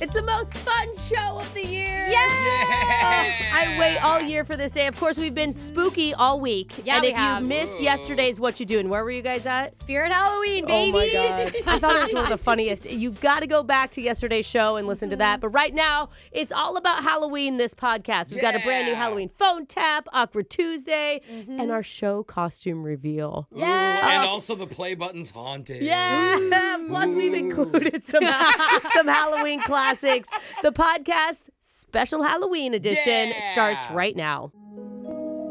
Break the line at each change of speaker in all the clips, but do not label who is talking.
It's the most fun show of the year.
Yes!
I wait all year for this day. Of course, we've been spooky all week.
Yeah,
and
we
if
have.
you missed yesterday's What You Doing, where were you guys at?
Spirit Halloween, baby.
Oh my god. I thought it was one of the funniest. You got to go back to yesterday's show and listen to
Mm-hmm.
that. But right now, it's all about Halloween this podcast. We've got a brand new
Yeah.
Halloween phone tap, awkward Tuesday,
Mm-hmm.
and our show costume reveal.
And
Yes.
also the play button's haunted.
Yeah. Plus, we've included some some Halloween classics. The podcast special Halloween edition
Yeah.
starts right now.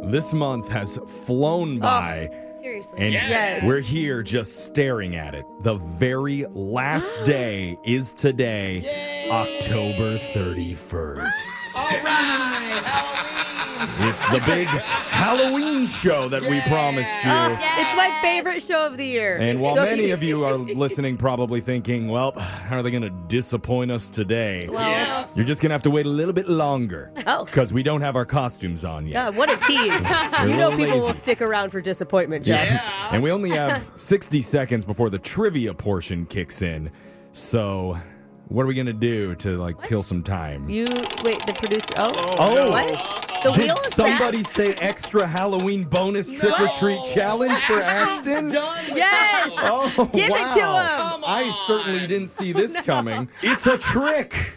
This month has flown by,
Seriously.
and
Yes.
we're here just staring at it. The very last day is today, October 31st.
All right, Halloween.
It's the big Halloween show that we promised you.
Oh,
Yes.
It's my favorite show of the year.
And while
So if
many of you are listening, probably thinking, well, how are they going to disappoint us today?
Yeah.
You're just going to have to wait a little bit longer
Oh.
because we don't have our costumes on yet.
God, what a tease. you
a
know
little
people will
lazy.
stick around for disappointment, Jeff.
And we only have 60 seconds before the trivia portion kicks in. So, what are we going to do to like kill some time?
You wait, the producer. Oh,
oh,
what? The
did
wheel is
somebody
back.
say extra Halloween bonus trick or treat
No.
challenge for Ashton?
Done with
Yes.
that.
Oh,
Give it to
wow.
him. Come
I certainly
on.
didn't see this coming. It's a trick.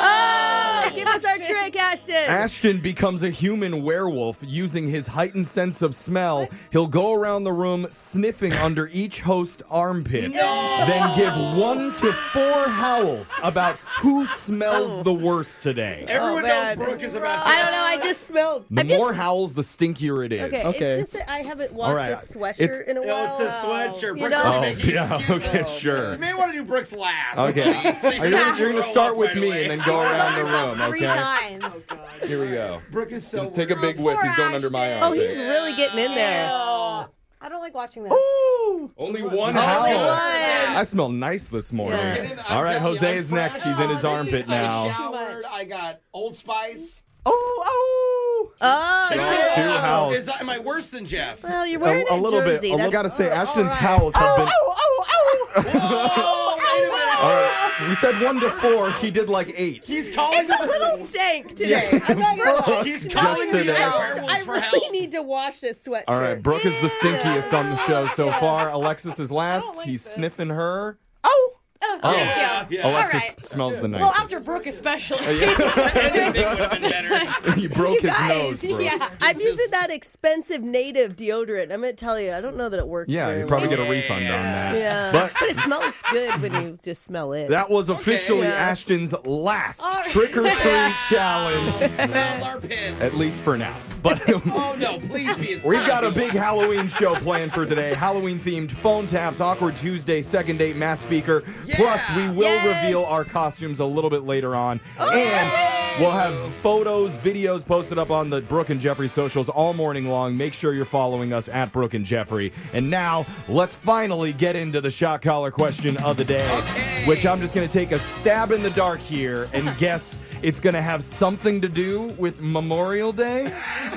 Oh, give us our trick, Ashton.
Ashton becomes a human werewolf using his heightened sense of smell. He'll go around the room sniffing under each host armpit, then give one to four howls about who smells the worst today.
Everyone
Oh, man.
knows Brooke is about to.
I don't know. I just smelled.
The
I'm
more
just,
howls, the stinkier it is.
okay, It's just that I haven't washed
All right.
a sweatshirt
It's-
in a
No,
while.
it's the sweatshirt.
You
Brooke's
know?
oh,
already making
yeah.
excuses.
Okay,
You
sure.
may want to do Brooks last.
Okay.
So you can
You're, you're going
grow
to start
up
with
right
me
away.
and then go around the room,
Three
okay?
times.
Here we go.
Brooke is so.
Take a
worried.
big whiff. He's going under my
Ashton.
arm.
Oh, he's really getting in there.
Oh.
I don't like watching this.
Only one
Only
howl.
one.
I smell nice this morning.
Yeah.
Get in the- I'm
All right,
telling you,
Jose
I'm
is next.
fresh.
He's in his
Oh,
armpit now.
I showered. I got Old Spice.
Oh,
Two
two.
howls.
Is, am I worse than Jeff?
Well, you're
A,
wearing
a little oh,
jersey.
bit. I
That's-
gotta say, Ashton's howls have been.
Oh, wait a minute.
All right, we said one to four. He did like eight.
He's calling.
it's a little stank today. I'm not gonna lie.
He's
Just
calling me
today.
out.
I,
Werewolves for
really
help.
need to wash this sweatshirt.
All right, Brooke is the stinkiest on the show so far. Alexis is last. He's sniffing her. Oh,
Yeah, yeah.
Alexis
All right.
smells the
Well,
nicest.
after Brooke, especially.
Oh,
Anything would have been better.
you broke his
guys.
nose. Brooke.
Yeah.
I'm using that expensive native deodorant. I'm gonna tell you, I don't know that it works.
Yeah,
very
you probably
well.
get a refund on that.
Yeah,
But
it smells good when you just smell it.
That was officially
Yeah.
Ashton's last
right.
trick or treat challenge,
Smell our pits.
at least for now. But
Oh no! Please be.
we've got a big Halloween show planned for today. Halloween themed phone taps, awkward Tuesday, second date mass speaker. Plus, we will
Yes.
reveal our costumes a little bit later on, and we'll have photos, videos posted up on the Brooke and Jeffrey socials all morning long. Make sure you're following us at Brooke and Jeffrey. And now, let's finally get into the shot collar question of the day, which I'm just going to take a stab in the dark here and guess it's going to have something to do with Memorial Day.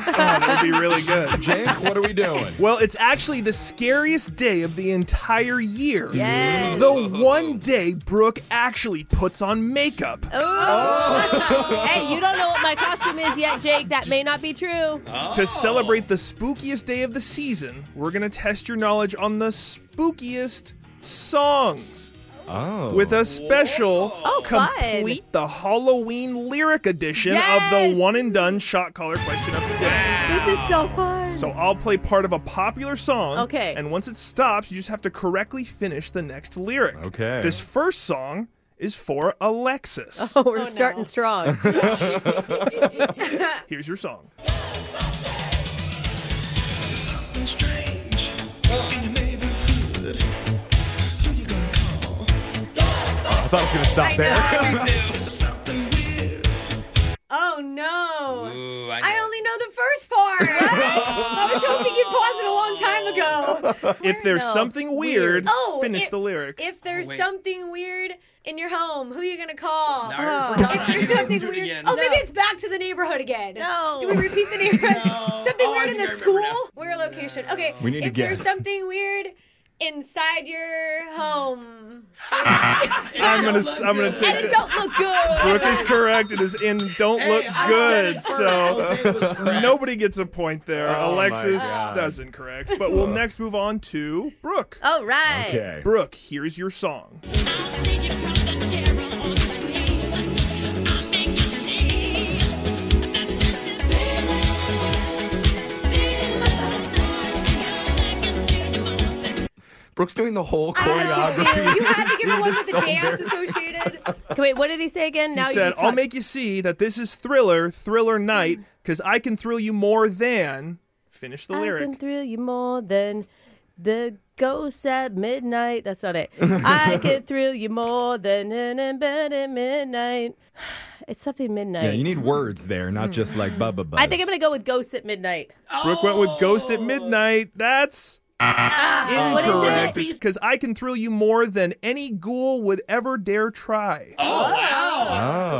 That'd Um, be really good.
Jake, what are we doing?
Well, it's actually the scariest day of the entire year.
Yes.
The one day Brooke actually puts on makeup.
hey, you don't know what my costume is yet, Jake. That may not be true.
To celebrate the spookiest day of the season, we're going to test your knowledge on the spookiest songs
Oh.
with a special
Oh, fun.
complete the Halloween lyric edition of
Yes.
the one and done shot collar question of the day.
This is so fun.
So I'll play part of a popular song.
Okay.
And once it stops, you just have to correctly finish the next lyric.
Okay.
This first song is for Alexis.
Oh, we're starting strong.
Here's your song.
Something strange in your neighborhood. Who you gonna call?
I thought it was going to stop there.
Something weird.
Oh no.
Ooh, I,
I
know.
only know the first part. I was hoping you'd pause it a long time ago.
If there's something weird,
Oh,
finish
it-
the lyric.
If there's
Oh, Wait.
something weird in your home, who are you gonna call? Oh.
I already forgot. I
If
need to
there's something
do it
weird.
again.
Oh, maybe it's back to the neighborhood again.
No.
Do we repeat the neighborhood?
No.
Something
Oh, I
weird in
think
the
I remember
school? Where location? Okay.
We need to
if there's
guess.
something weird inside your home.
I'm gonna s- I'm gonna
And
take
it
it.
don't look good.
Brooke is correct. It is in don't
Hey,
look
I said
good.
it first.
So
Jose was correct.
nobody gets a point there.
Oh, my
Alexis
God.
doesn't correct. But we'll next move on to Brooke.
All right.
Okay.
Brooke, here's your song.
Brooke's doing the whole
I don't
choreography.
know, You had to give
This
it one with
is
the
so
dance
embarrassing.
associated.
Okay, Wait, what did he say again?
He
now you
said,
just
"I'll
talked-
make you see that this is thriller, thriller night, because I can thrill you more than." Finish the
I can
lyric.
thrill you more than the ghosts at midnight. That's not it. I can thrill you more than in bed at midnight. It's something midnight.
Yeah, you need words there, not just
Hmm.
like bubba buzz.
I think I'm gonna go with ghosts at midnight.
Oh,
Brooke went
Oh.
with "Ghost at Midnight." That's
What is it?
incorrect.
He's-
Because I can thrill you more than any ghoul would ever dare try.
Oh, wow.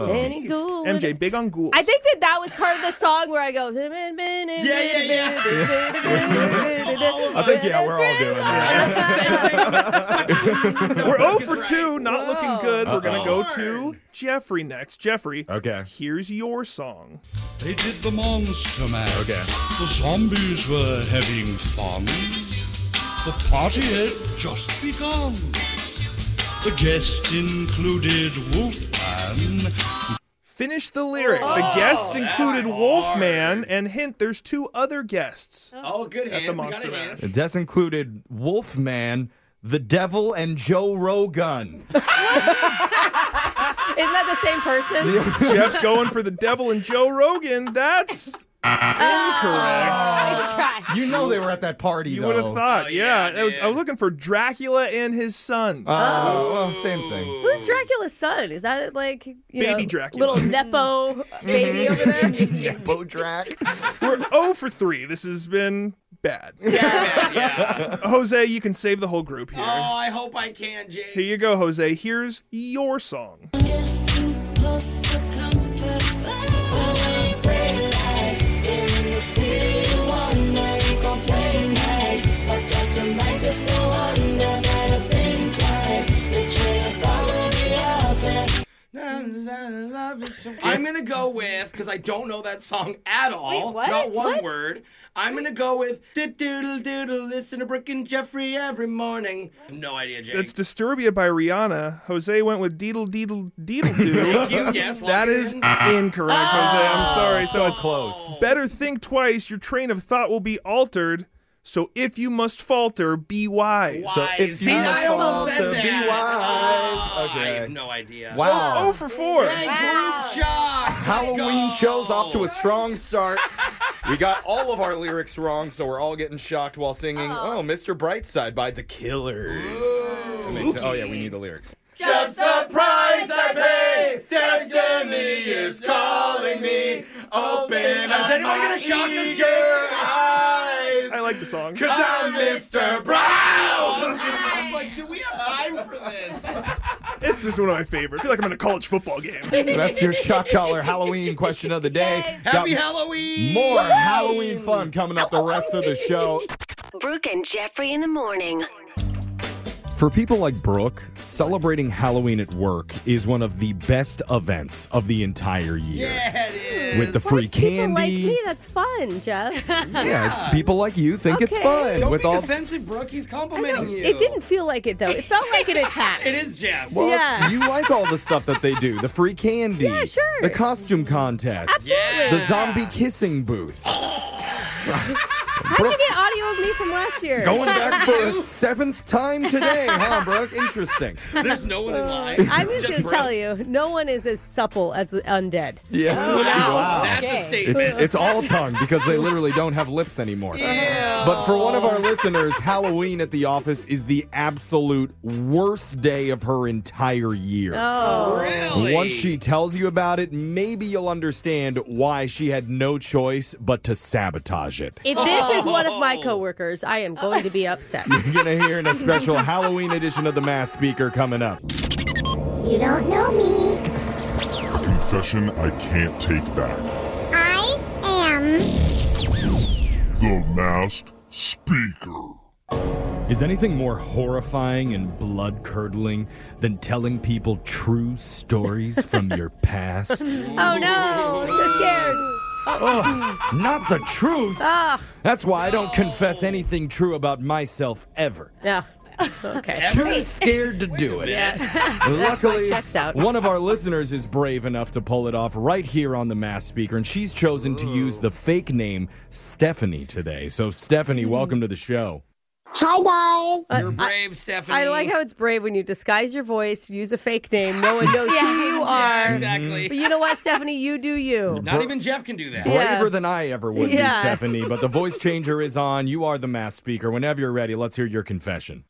Oh.
Any ghoul would-
MJ, big on ghouls.
I think that that was part of the song where I go. Yeah,
I think yeah, we're all doing that.
We're 0 for 2, not looking good. We're going to go
Uh-oh.
to Jeffrey next. Jeffrey,
Okay.
here's your song.
They did the monster mash.
Okay.
The zombies were having fun. The party had just begun. The guests included Wolfman.
Finish the lyric. the guests included Wolfman, and hint, there's two other guests.
Oh, good hand. we got
Monster
a
Mash.
hand.
That's included Wolfman, the Devil, and Joe Rogan.
Isn't that the same person?
Jeff's going for the devil and Joe Rogan. That's incorrect.
You know they were at that party.
You
though.
would have thought.
Oh,
yeah.
yeah,
that was- I was
dude.
looking for Dracula and his son.
Oh, well, same thing.
Who's Dracula's son? Is that like you
Baby
know,
Dracula.
little nepo baby over there?
We're 0 for 3. This has been bad.
Yeah, yeah.
Jose, you can save the whole group here.
Oh, I hope I can, Jake.
Here you go, Jose. Here's your song.
I'm gonna go with because I don't know that song at all.
Wait, what?
Not one
What?
word. I'm gonna go with doodle doodle. Listen to Brooke and Jeffrey every morning. No idea, Jake.
It's Disturbia by Rihanna. Jose went with Deedle Deedle Deedle Doo.
you guess.
that is incorrect, Jose.
Oh.
I'm sorry. So it's
Close.
better think twice. Your train of thought will be altered. So if you must falter, be wise.
wise.
So if
See,
you
I
fall
almost said
to
that.
be wise.
Ah, I
Okay.
have no idea.
Wow.
Oh for four.
Hey, group shot. Let's
Halloween
go.
shows off to a strong start. We got all of our lyrics wrong, so we're all getting shocked while singing
Uh-huh.
"Oh, Mr. Brightside" by The Killers. It's amazing. Oh yeah, we need the lyrics. Just the price I pay. Destiny is calling me. Open
up my eager
I like the song.
Cause I'm Mr. Brown.
I was like, do we have time for this?
It's just one of my favorites. I feel like I'm in a college football game.
That's your shock collar Halloween question of the day.
Happy Halloween.
More Halloween fun coming up the rest of the show.
Brooke and Jeffrey in the morning.
For people like Brooke, celebrating Halloween at work is one of the best events of the entire year.
Yeah, it is.
With the free
People like
candy.
me, that's fun, Jeff.
yeah, it's people like you think it's
Okay.
fun
Don't
with
be
all
offensive, Brooke. He's complimenting you.
It didn't feel like it though. It felt like an attack.
It is Jeff.
Well,
Yeah.
you like all the stuff that they do. The free candy. Yeah,
sure.
The costume contest.
Yeah.
The zombie kissing booth.
How'd you get audio of me from last year?
Going back for a seventh time today, huh, Brooke? Interesting.
There's no one in line.
I'm just gonna
Brooke.
tell you, no one is as supple as the undead.
Yeah.
That's a
It's,
statement.
it's all tongue because they literally don't have lips anymore. But for one of our listeners, Halloween at the office is the absolute worst day of her entire year.
Oh.
really?
Once she tells you about it, maybe you'll understand why she had no choice but to sabotage it.
If this is one of my
Oh.
coworkers, I am going to be upset.
You're going to hear in a special Halloween edition of The Mass Speaker coming up.
You don't know me.
Confession I can't take back.
I am.
The masked speaker.
Is anything more horrifying and blood curdling than telling people true stories from your past?
Oh no, I'm so scared.
Oh, not the truth.
Ah,
That's why I don't confess anything true about myself ever.
yeah. Okay.
Too scared to do it.
Yeah.
Luckily,
checks out.
one of our listeners is brave enough to pull it off right here on the mass speaker, and she's chosen to use the fake name Stephanie today. So,
Mm.
Stephanie, welcome to the show.
Hi guys.
You're brave, Stephanie.
Uh, I like how it's brave when you disguise your voice, use a fake name, no one knows who you are.
exactly.
But you know what, Stephanie? You do you.
Not
even Jeff can do that.
Yeah.
Braver than I ever would be,
Yeah.
Stephanie, but the voice changer is on. You are the mass speaker. Whenever you're ready, let's hear your confession.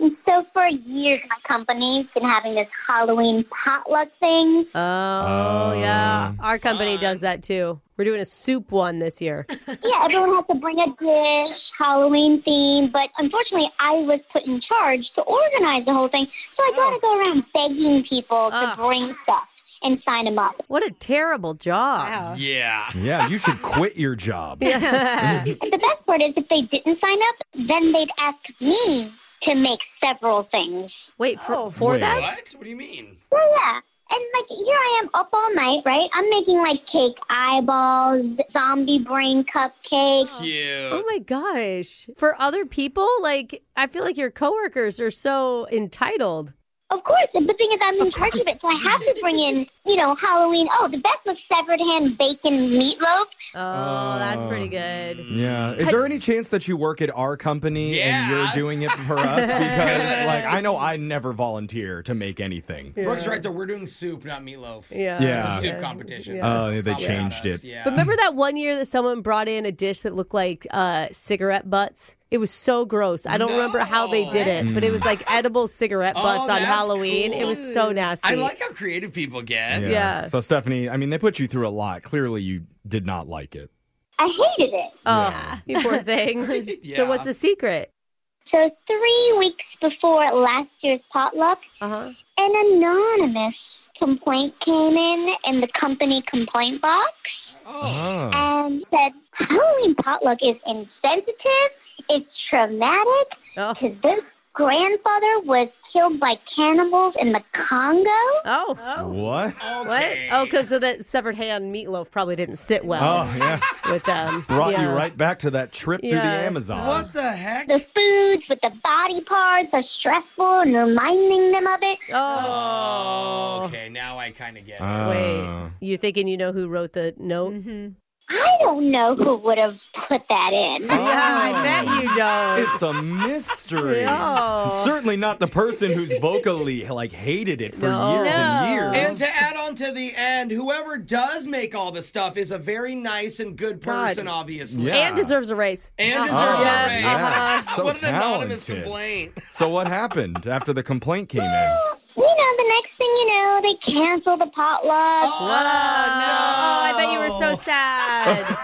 And so for years, my company's been having this Halloween potluck thing.
Oh,
Um,
yeah. Our company does that too. We're doing a soup one this year.
yeah, everyone has to bring a dish, Halloween theme, but unfortunately, I was put in charge to organize the whole thing, so I
Oh.
gotta go around begging people to bring stuff and sign them up.
What a terrible job.
Yeah. Yeah, you should quit your job.
and the best part is, if they didn't sign up, then they'd ask me to make several things.
Wait, for,
Oh,
for
Wait,
that?
What? What do you mean?
Well, yeah. And like here I am up all night, right? I'm making like cake eyeballs, zombie brain cupcake.
Oh my gosh. For other people, like, I feel like your coworkers are so entitled.
Of course, and the thing is I'm in charge of it, so I have to bring in, you know, Halloween. Oh, the best was severed hand bacon meatloaf.
Oh, that's pretty good.
Yeah. Is there any chance that you work at our company and you're doing it for us? Because, like, I know I never volunteer to make anything.
Brooke's right there. We're doing soup, not meatloaf.
Yeah.
Yeah.
It's a soup competition.
Oh, they
Probably not
changed
us.
it.
Yeah.
But remember that one year that someone brought in a dish that looked like uh, cigarette butts? It was so gross. I don't remember how they did it, but it was like edible cigarette
Oh,
butts on
that's
Halloween. It
cool.
was so nasty.
I like how creative people get.
Yeah. Yeah.
So, Stephanie, I mean, they put you through a lot. Clearly, you did not like it.
I hated it.
Oh, you poor thing. So what's the secret?
So three weeks before last year's potluck,
Uh-huh.
an anonymous complaint came in in the company complaint box.
Oh.
and said Halloween potluck is insensitive, it's traumatic,
because
this grandfather was killed by cannibals in the Congo.
Oh.
What?
What? Oh, because so that severed hand meatloaf probably didn't sit well
Oh, yeah.
with them.
Brought you
Yeah.
right back to that trip through the
Yeah.
Amazon.
What the heck?
The foods with the body parts are stressful and reminding them of it.
Oh.
Okay, now I kind of get it. Uh.
Wait. You thinking you know who wrote the note?
I don't know who would have put that in.
Yeah, I
Oh.
bet you don't.
It's a mystery.
No.
Certainly not the person who's vocally like hated it for
No.
years and
No.
years.
And to add on to the end, whoever does make all the stuff is a very nice and good
God.
person, obviously.
Yeah.
And deserves a raise.
And
Uh-huh.
deserves
Yeah,
a raise.
uh-huh.
So
what an anonymous
talented.
complaint.
So what happened after the complaint came in?
You know, the next thing you know, they cancel the potluck.
Oh, I bet you were so sad.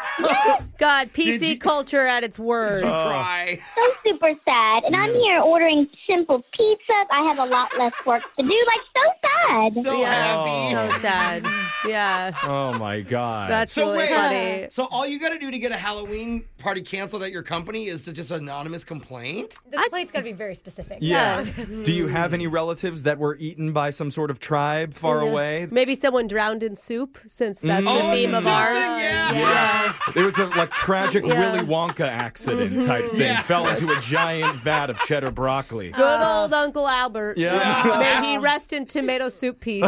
God, PC culture at its worst.
Cry.
So super sad. And I'm here ordering simple pizza. I have a lot less work to do. Like, so sad.
So happy.
So sad. Yeah.
Oh my god.
That's
So
really
wait,
funny.
so all you got to do to get a Halloween party canceled at your company is to just anonymous complaint?
The complaint's got to be very specific.
yeah.
Mm.
Do you have any relatives that were eaten by some sort of tribe far away?
Maybe someone drowned in soup, since that's
Mm.
the theme of
Something,
ours.
Yeah.
Yeah. It was a like tragic
Yeah.
Willy Wonka accident type thing.
Yeah.
Fell into a giant vat of cheddar broccoli.
Good old Uncle Albert.
Yeah.
May he rest in tomato soup peace.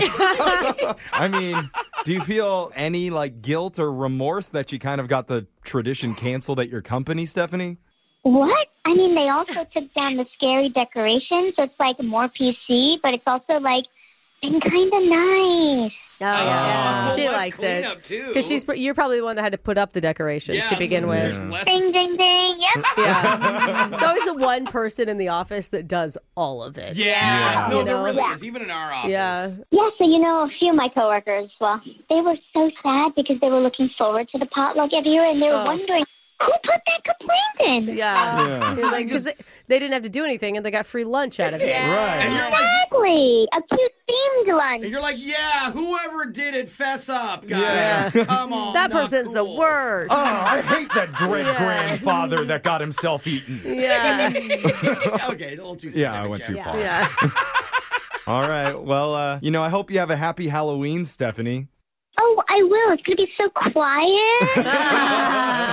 I mean, do you feel any like guilt or remorse that you kind of got the tradition canceled at your company, Stephanie?
What? I mean, they also took down the scary decorations. So it's like more PC, but it's also like been kind of nice.
Oh, yeah.
well,
she
less
likes it.
cleanup, too.
Because she's pr- you're probably the one that had to put up the decorations
Yeah,
to begin
so
with.
there's less-
Ding, ding, ding. Yep.
Yeah. it's always the one person in the office that does all of it.
Yeah.
Yeah.
No,
You
there
know?
really
Yeah.
is, even in our office.
Yeah.
Yeah, so you know, a few of my coworkers, well, they were so sad because they were looking forward to the potluck every year and they were
Oh.
wondering, Who put that complaint in?
Yeah.
Yeah.
You're like, 'cause they, they didn't have to do anything and they got free lunch out of it.
Yeah. Right. And you're like-
Exactly. A cute themed lunch.
And you're like, yeah, whoever did it, fess up, guys.
Yeah.
Come on.
that person's the worst.
Oh, I hate that great
Yeah.
grandfather that got himself eaten.
Yeah.
okay, a little too
Yeah, I went too far.
Yeah.
All right. Well, uh, you know, I hope you have a happy Halloween, Stephanie.
Oh, I will. It's gonna be so quiet.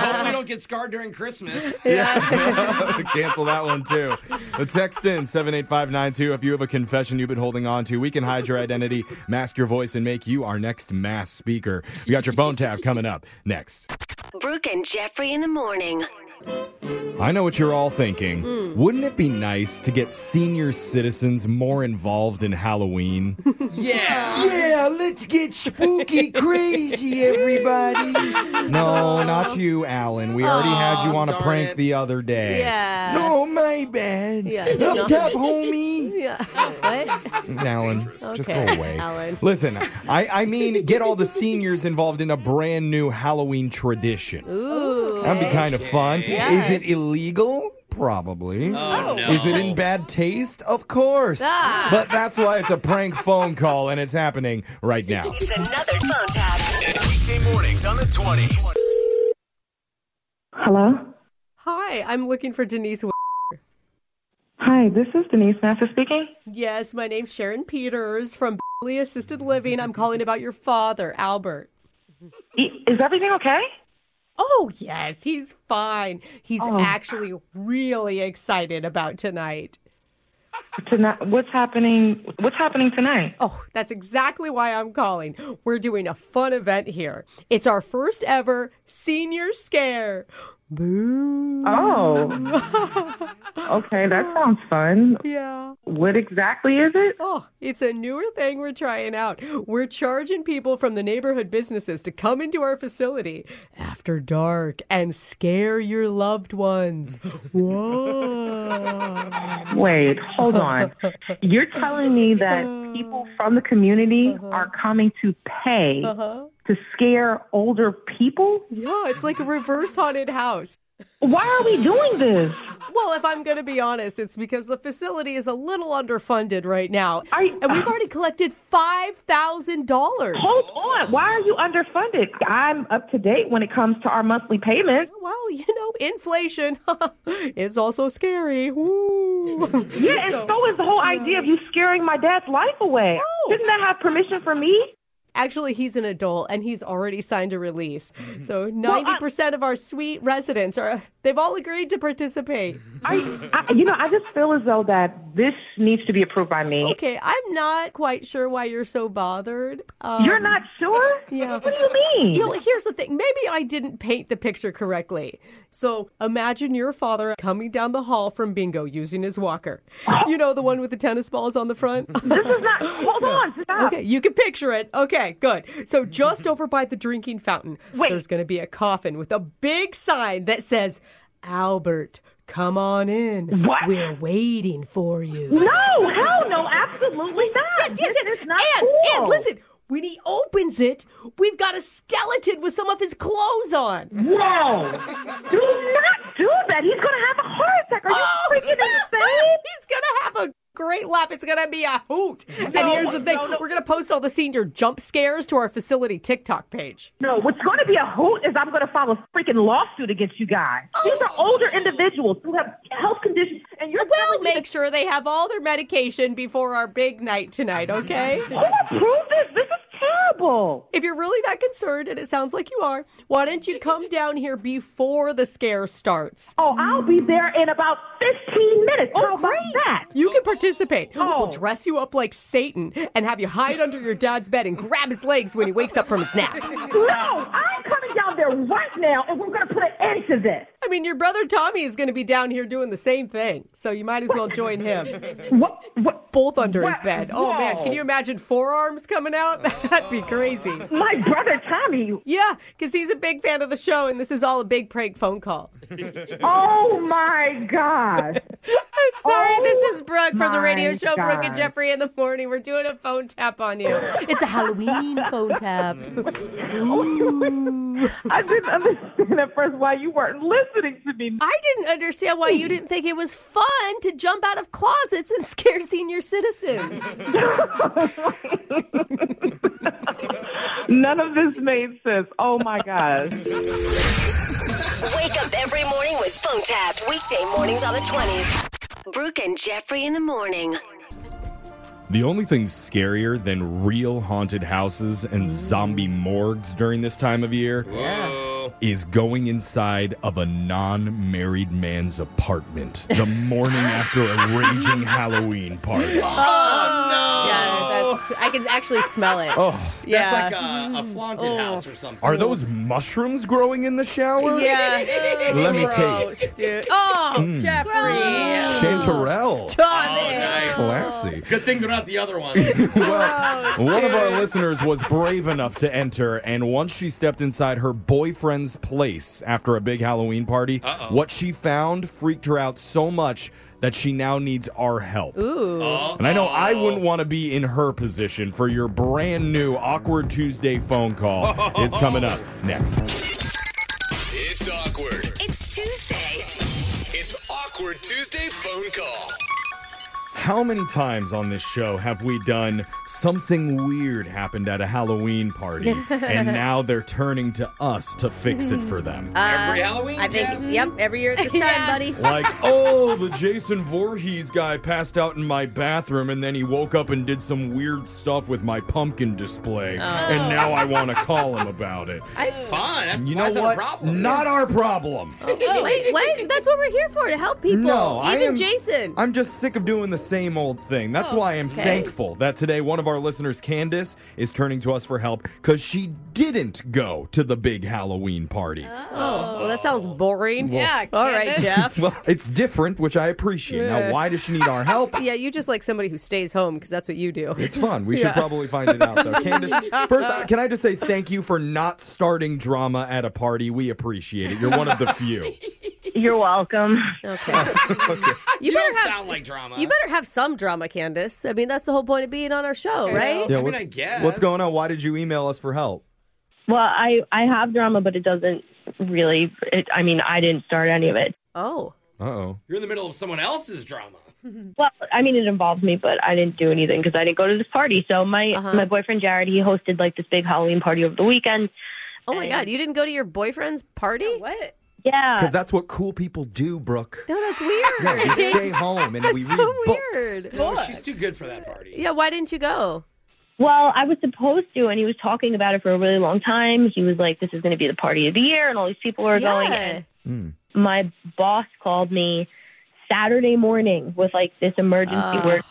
Hopefully, don't get scarred during Christmas.
Yeah. Cancel that one too. But text in 78592 if you have a confession you've been holding on to. We can hide your identity, mask your voice, and make you our next mass speaker. We got your phone tab coming up next.
Brooke and Jeffrey in the morning.
I know what you're all thinking.
Mm.
Wouldn't it be nice to get senior citizens more involved in Halloween?
Yeah.
Yeah, let's get spooky crazy, everybody.
no, not you, Alan. We already had you
Aw,
on a
darn
prank
it.
the other day.
Yeah.
No, my bad.
Yeah.
Up top, homie.
Yeah. What?
Alan, just go
Okay,
away.
Alan.
Listen, I, I mean, get all the seniors involved in a brand new Halloween tradition.
Ooh.
That'd be kind of fun.
Yeah.
Is it illegal? Probably.
Oh, no.
Is it in bad taste? Of course.
Ah.
But that's why it's a prank phone call and it's happening right now.
It's another phone tap.
Weekday mornings on the 20s.
Hello.
Hi, I'm looking for Denise.
Hi, this is Denise Massa speaking.
Yes, my name's Sharon Peters from Berkeley Assisted Living. I'm calling about your father, Albert.
Is everything okay?
Oh, yes, he's fine. He's
Oh.
actually really excited about tonight.
Tonight, what's happening? What's happening tonight?
Oh, that's exactly why I'm calling. We're doing a fun event here. It's our first ever senior scare. Boo.
Oh. Okay, that sounds fun.
Yeah.
What exactly is it?
Oh, it's a newer thing we're trying out. We're charging people from the neighborhood businesses to come into our facility after dark and scare your loved ones. Whoa.
Wait, hold on. You're telling me that
Uh-huh.
people from the community are coming to pay
Uh-huh.
to scare older people?
Yeah, it's like a reverse haunted house.
Why are we doing this?
Well, if I'm going to be honest, it's because the facility is a little underfunded right now. and we've already collected $5,000.
Hold on. Why are you underfunded? I'm up to date when it comes to our monthly payments.
Well, you know, inflation is also scary. Woo.
Yeah, and so, is the whole idea of you scaring my dad's life away. Didn't that have permission from me?
Actually, he's an adult and he's already signed a release. So 90% of our suite residents are they've all agreed to participate.
I, you know, I just feel as though that this needs to be approved by me.
Okay, I'm not quite sure why you're so bothered. Um,
You're not sure?
Yeah.
What do you mean?
You know, here's the thing. Maybe I didn't paint the picture correctly. So imagine your father coming down the hall from bingo using his walker. You know, the one with the tennis balls on the front?
This is not. Hold on. Stop.
Okay, you can picture it. Okay, good. So just over by the drinking fountain,
Wait.
there's going to be a coffin with a big sign that says, Albert, come on in.
What?
We're waiting for you.
No, hell no, absolutely
yes,
not.
Yes, yes,
This
yes.
is not
and, and
cool.
listen, when he opens it, we've got a skeleton with some of his clothes on.
Whoa. Do not do that. He's going to have a heart attack. Are you freaking insane?
Oh, He's gonna have a great laugh. It's gonna be a hoot. and here's the thing: we're gonna post all the senior jump scares to our facility TikTok page.
No, what's going to be a hoot is I'm going to file a freaking lawsuit against you guys. These are older individuals who have health conditions, and you're
Oh. We'll make sure they have all their medication before our big night tonight. Okay?
Who approved this? This is terrible.
If you're really that concerned, and it sounds like you are, why don't you come down here before the scare starts?
Oh, I'll be there in about 15 minutes.
Oh,
How about
great.
that? Oh.
You can participate. We'll dress you up like Satan and have you hide under your dad's bed and grab his legs when he wakes up from his nap.
No, I'm coming down there right now, and we're going to put an end to this.
I mean, your brother Tommy is going to be down here doing the same thing, so you might as well join him.
What? What?
both under his
Wow.
bed. Oh man, can you imagine forearms coming out? That'd be crazy.
My brother Tommy.
Yeah, because he's a big fan of the show, and this is all a big prank phone call.
Oh my God. Oh
I'm sorry, this is Brooke from the radio
my
show Brooke and
God.
Jeffrey in the morning. We're doing a phone tap on you. It's a Halloween phone tap.
I didn't understand at first why you weren't listening to me.
I didn't understand why you didn't think it was fun to jump out of closets and scare senior citizens.
None of this made sense. Oh my God.
Wake up every morning with phone taps. Weekday mornings on the 20s. Brooke and Jeffrey in the morning.
The only thing scarier than real haunted houses and zombie morgues during this time of year is going inside of a non married man's apartment the morning after a raging Halloween party.
Oh, no! Yeah, that's, I can actually smell it.
Oh.
Oh, That's
yeah.
like a, a flaunted
Oh.
house or something.
Are those mushrooms growing in the shower?
Yeah.
Let me
Gross,
taste.
Dude. Oh,
Mm.
Jeffrey.
Chanterelle.
Stop
Oh,
it.
nice.
Classy.
Good thing they're not the other ones.
well, one of our listeners was brave enough to enter, and once she stepped inside her boyfriend's place after a big Halloween party,
Uh-oh.
what she found freaked her out so much that she now needs our help.
Ooh.
Oh,
And I know I wouldn't want to be in her position for your brand new Awkward Tuesday phone call. it's coming up next.
It's awkward.
It's Tuesday.
It's awkward Tuesday phone call.
How many times on this show have we done something weird happened at a Halloween party, and now they're turning to us to fix it for them?
Every
Um,
Halloween,
I think, yep, every year at this time, buddy.
Like, oh, the Jason Voorhees guy passed out in my bathroom and then he woke up and did some weird stuff with my pumpkin display. And now I want to call him about it.
Fun. That's, why
You know
is that
what?
a problem?
Not our problem.
Wait, what? That's what we're here for, to help people.
No,
Even
I am-
Jason.
I'm just sick of doing the same old thing. That's
Oh,
why I'm
okay.
thankful that today one of our listeners, Candace, is turning to us for help because she didn't go to the big Halloween party.
Oh, well, that sounds boring.
Well- Yeah,
All right, Jeff.
well, it's different, which I appreciate. Now,
Yeah.
why does she need our help?
Yeah, you just like somebody who stays home because that's what you do.
It's fun. We should
Yeah.
probably find it out, though. Candace, first, I- can I just say thank you for not starting drama at a party? We appreciate it. You're one of the few.
You're welcome.
Okay. You, better have
sound like drama.
You better have some drama, Candace. I mean, that's the whole point of being on our show, right?
I
Yeah,
mean,
what's,
I guess.
what's going on? Why did you email us for help?
Well, I I have drama, but it doesn't really. It, I mean, I didn't start any of it.
Oh.
Uh oh.
You're in the middle of someone else's drama.
Well, I mean, it involved me, but I didn't do anything because I didn't go to this party. So my
Uh-huh.
my boyfriend Jared, he hosted like this big Halloween party over the weekend.
Oh my God, you didn't go to your boyfriend's party? what?
Yeah,
Because that's what cool people do, Brooke.
No, that's weird.
Yeah, we stay home and we read
That's so
books.
weird.
No, Oh, she's too good for that party.
Yeah, why didn't you go?
Well, I was supposed to, and he was talking about it for a really long time. He was like, "This is going to be the party of the year," and all these people are going. And
Hmm.
my boss called me Saturday morning with like this emergency
Ah.
Uh,
work,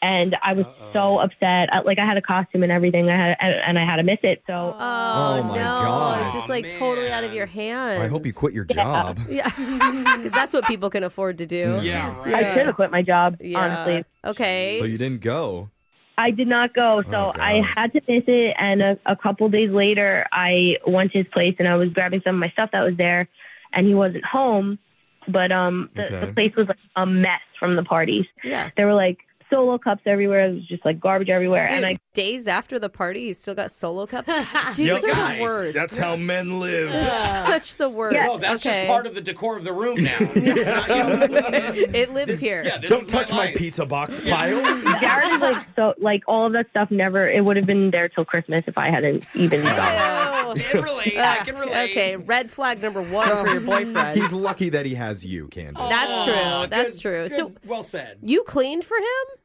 and I was so upset. I, like I had a costume and everything, I had and, and I had to miss it. So
Oh,
my
no,
God. Oh,
it's just like totally out of your hands.
I hope you quit your job. Mm.
Yeah, because that's what people can afford to do.
Yeah,
I should have quit my job.
Yeah.
Honestly,
Okay.
So you didn't go.
I did not go, so
Oh, God.
I had to miss it. And a, a couple days later, I went to his place and I was grabbing some of my stuff that was there, and he wasn't home. But um, the,
Okay.
the place was like a mess from the parties.
Yeah.
There were like solo cups everywhere. It was just like garbage everywhere.
Dude,
and I
days after the party, you still got solo cups. God, Dudes
Yo,
are
guy,
the worst.
That's how men live.
Such the worst.
No, that's
okay.
just part of the decor of the room now.
it lives here.
Don't touch my, pizza box pile.
Jared is like so like all of that stuff never. It would have been there till Christmas if I hadn't even
Oh,
gone.
I can relate. Ah, Okay, red flag number one for your boyfriend.
He's lucky that he has you,
Oh.
Candace.
That's true. That's true.
good-
So
well said.
you cleaned for him?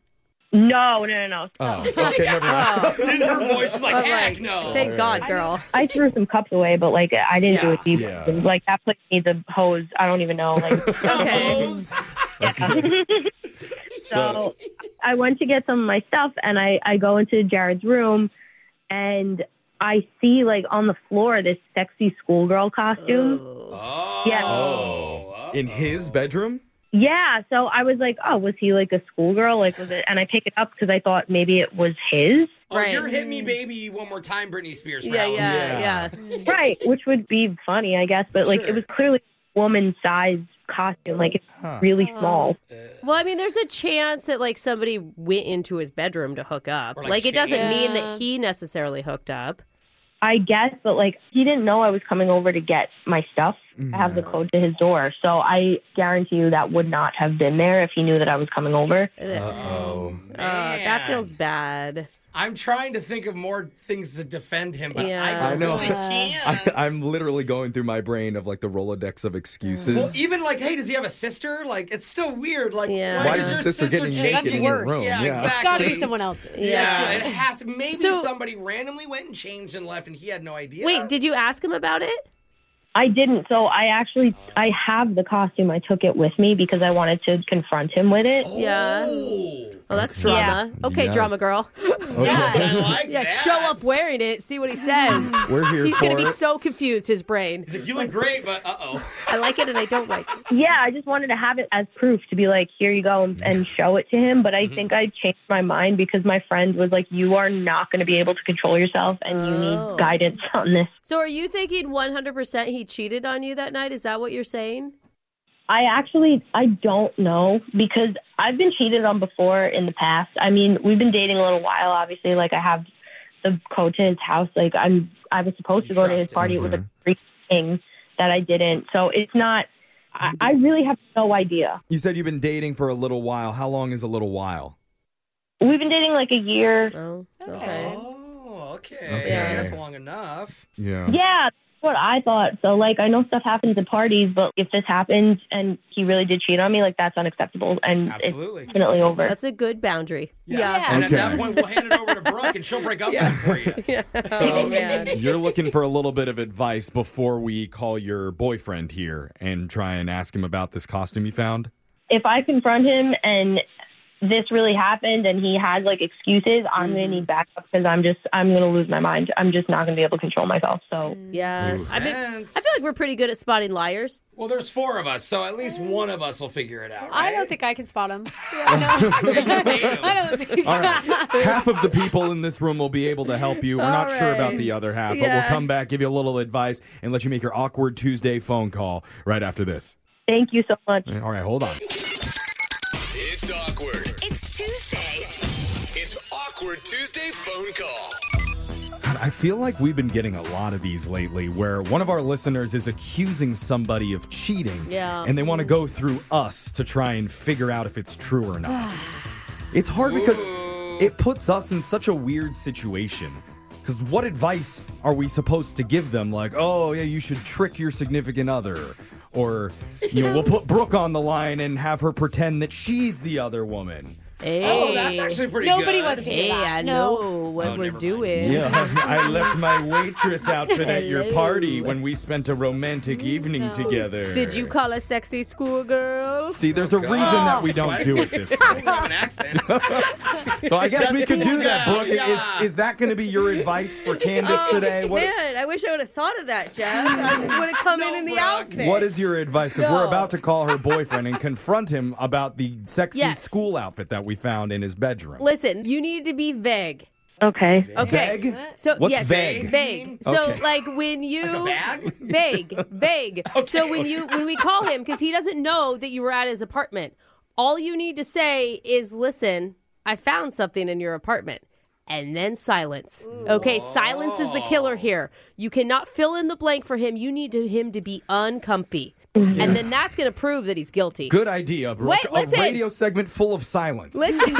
No, no, no, no.
Oh, okay, never mind.
In her voice, she's like,
I'm
heck
like,
no.
Oh,
Thank God, girl.
I threw some cups away, but like I didn't do it deep.
Yeah.
Like that place needs a hose. I don't even know. Like
Okay.
So I went to get some of my stuff and I, I go into Jared's room and I see like on the floor this sexy schoolgirl costume.
Oh.
Yeah.
Oh. In his bedroom?
Yeah, so I was like, oh, was he like a schoolgirl? Like, was it? And I pick it up because I thought maybe it was his.
Oh, you're hit me, baby, one more time, Britney Spears. for
Yeah,
Halloween.
yeah, Yeah. right, which would be funny, I guess, but like it was clearly woman sized costume, like it's really
Oh.
small.
Well, I mean, there's a chance that like somebody went into his bedroom to hook up.
Or,
Like,
like,
it doesn't
shady.
mean
Yeah.
that he necessarily hooked up.
I guess, but like he didn't know I was coming over to get my stuff. I have the code to his door, so I guarantee you that would not have been there if he knew that I was coming over.
oh.
that feels bad.
I'm trying to think of more things to defend him, but I,
Yeah.
don't
I know.
really can't.
I, am literally going through my brain of like the Rolodex of excuses.
Well, even like, hey, does he have a sister? Like, it's still weird. Like,
Why
does
is
your
his sister getting
changing?
naked in your room?
Yeah,
Yeah.
exactly.
It's
gotta be someone else's.
Yeah,
Yeah.
it has. Maybe
So-
somebody randomly went and changed and left, and he had no idea.
Wait, did you ask him about it?
I didn't, so I actually I have the costume. I took it with me because I wanted to confront him with it.
Yeah. Oh, that's
Okay.
drama.
Yeah.
Okay,
Yeah.
drama girl. Yeah, yeah. Show up wearing it. See what he says.
We're here
He's gonna
for
be
it.
so confused. His brain.
you look great, but uh oh.
I like it and I don't like it.
Yeah, I just wanted to have it as proof to be like, here you go, and, and show it to him. But I think I changed my mind because my friend was like, you are not going to be able to control yourself, and you
Oh.
need guidance on this.
So, are you thinking 100% he cheated on you that night? Is that what you're saying?
I actually I don't know because I've been cheated on before in the past. I mean, we've been dating a little while, obviously. Like I have the code to his house. Like I'm I was supposed to go to his party. It was a free thing that I didn't. So it's not. I, I really have no idea.
You said you've been dating for a little while. How long is a little while?
We've been dating like a year.
Oh, okay.
Oh, okay.
Okay.
That's long enough.
Yeah.
Yeah, that's what I thought. So like I know stuff happens at parties, but if this happens and he really did cheat on me, like that's unacceptable and
Absolutely.
it's definitely over.
That's a good boundary. Yeah.
And at that point, we'll hand it over to Brooke, and she'll break up with him for you. Oh,
So
man.
you're looking for a little bit of advice before we call your boyfriend here and try and ask him about this costume you found.
if I confront him and this really happened and he has like excuses, I'm gonna need backup because I'm just I'm gonna lose my mind. I'm just not gonna be able to control myself. So
Mm. Yes. I mean, I feel like we're pretty good at spotting liars.
Well, there's four of us, so at least one of us will figure it out.
I don't think I can spot him.
All right. half of the people in this room will be able to help you. We're not
All
sure
right.
about the other half, but
Yeah.
we'll come back, give you a little advice, and let you make your awkward Tuesday phone call right after this.
thank you so much.
All right, hold on.
It's awkward.
It's Tuesday.
It's awkward Tuesday phone call.
God, I feel like we've been getting a lot of these lately where one of our listeners is accusing somebody of cheating.
Yeah.
And they want to go through us to try and figure out if it's true or not. it's hard because it puts us in such a weird situation. Because what advice are we supposed to give them? Like, oh, yeah, you should trick your significant other. Or, you know, we'll put Brooke on the line and have her pretend that she's the other woman.
Oh, that's actually pretty
Nobody
good.
wants to hear
Hey,
that.
I
No.
know what
Oh,
we're doing.
Yeah, I left my waitress outfit at your party when we spent a romantic evening together.
Did you call us sexy schoolgirl?
See, there's a
Oh,
reason that we don't do it this way. So I guess we could do that, Brooke. Is, is that going to be your advice for Candace
Oh,
today? What,
Man, I wish I would have thought of that, Jeff. I would have come in in the outfit.
what is your advice? Because we're
No.
about to call her boyfriend and confront him about the sexy
Yes.
school outfit that we found in his bedroom.
Listen, you need to be vague.
Okay.
Okay.
Vague?
So
What's
yes,
vague?
Vague. So
Okay.
like when you vague, vague. So when you when we call him because he doesn't know that you were at his apartment, all you need to say is, "Listen, I found something in your apartment." And then silence. Okay, silence is the killer here. You cannot fill in the blank for him. You need to, him to be uncomfy, and then that's going to prove that he's guilty.
Good idea, Brooke.
Wait, listen.
A radio segment full of silence.
Listen,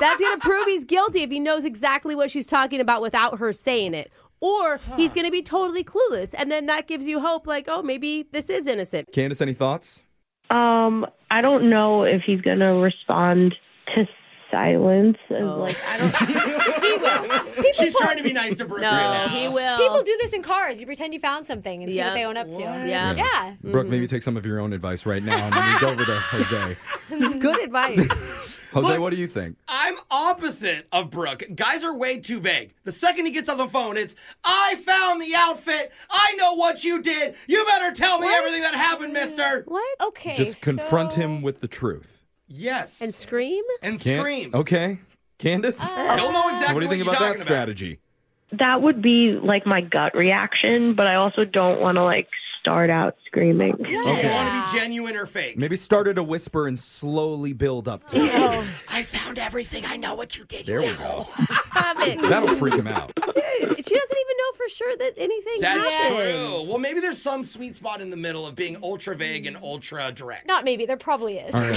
that's going to prove he's guilty if he knows exactly what she's talking about without her saying it. Or he's going to be totally clueless. And then that gives you hope, like, oh, maybe this is innocent.
Candace, any thoughts?
Um, I don't know if he's gonna respond to silence. As, Like I don't.
He will. People
She's
pull-
trying to be nice to Brooke
No,
right now.
he will.
People do this in cars. You pretend you found something and see
Yeah.
what they own up to.
Yeah. Mm-hmm.
Yeah.
Brooke, maybe take some of your own advice right now and then we go over to Jose.
It's good advice.
Jose, what do you think?
I'm opposite of Brooke. Guys are way too vague. The second he gets on the phone, it's I found the outfit. I know what you did. You better tell me
What?
everything that happened, mister.
What?
Okay.
Just confront him with the truth.
Yes.
And scream?
And
Can't- Okay. Candace?
Uh,
Don't know exactly
what do you think
what you're
about
talking
that
about.
strategy?
That would be like my gut reaction, but I also don't want to like start out screaming.
Do you want to be genuine or fake?
Maybe start at a whisper and slowly build up to
Oh,
it.
I found everything. I know what you did.
There we go.
Stop it.
That'll freak him out.
Dude, she doesn't even know for sure that anything
That's
happened.
true. Well, maybe there's some sweet spot in the middle of being ultra vague and ultra direct.
Not maybe. There probably is.
All right,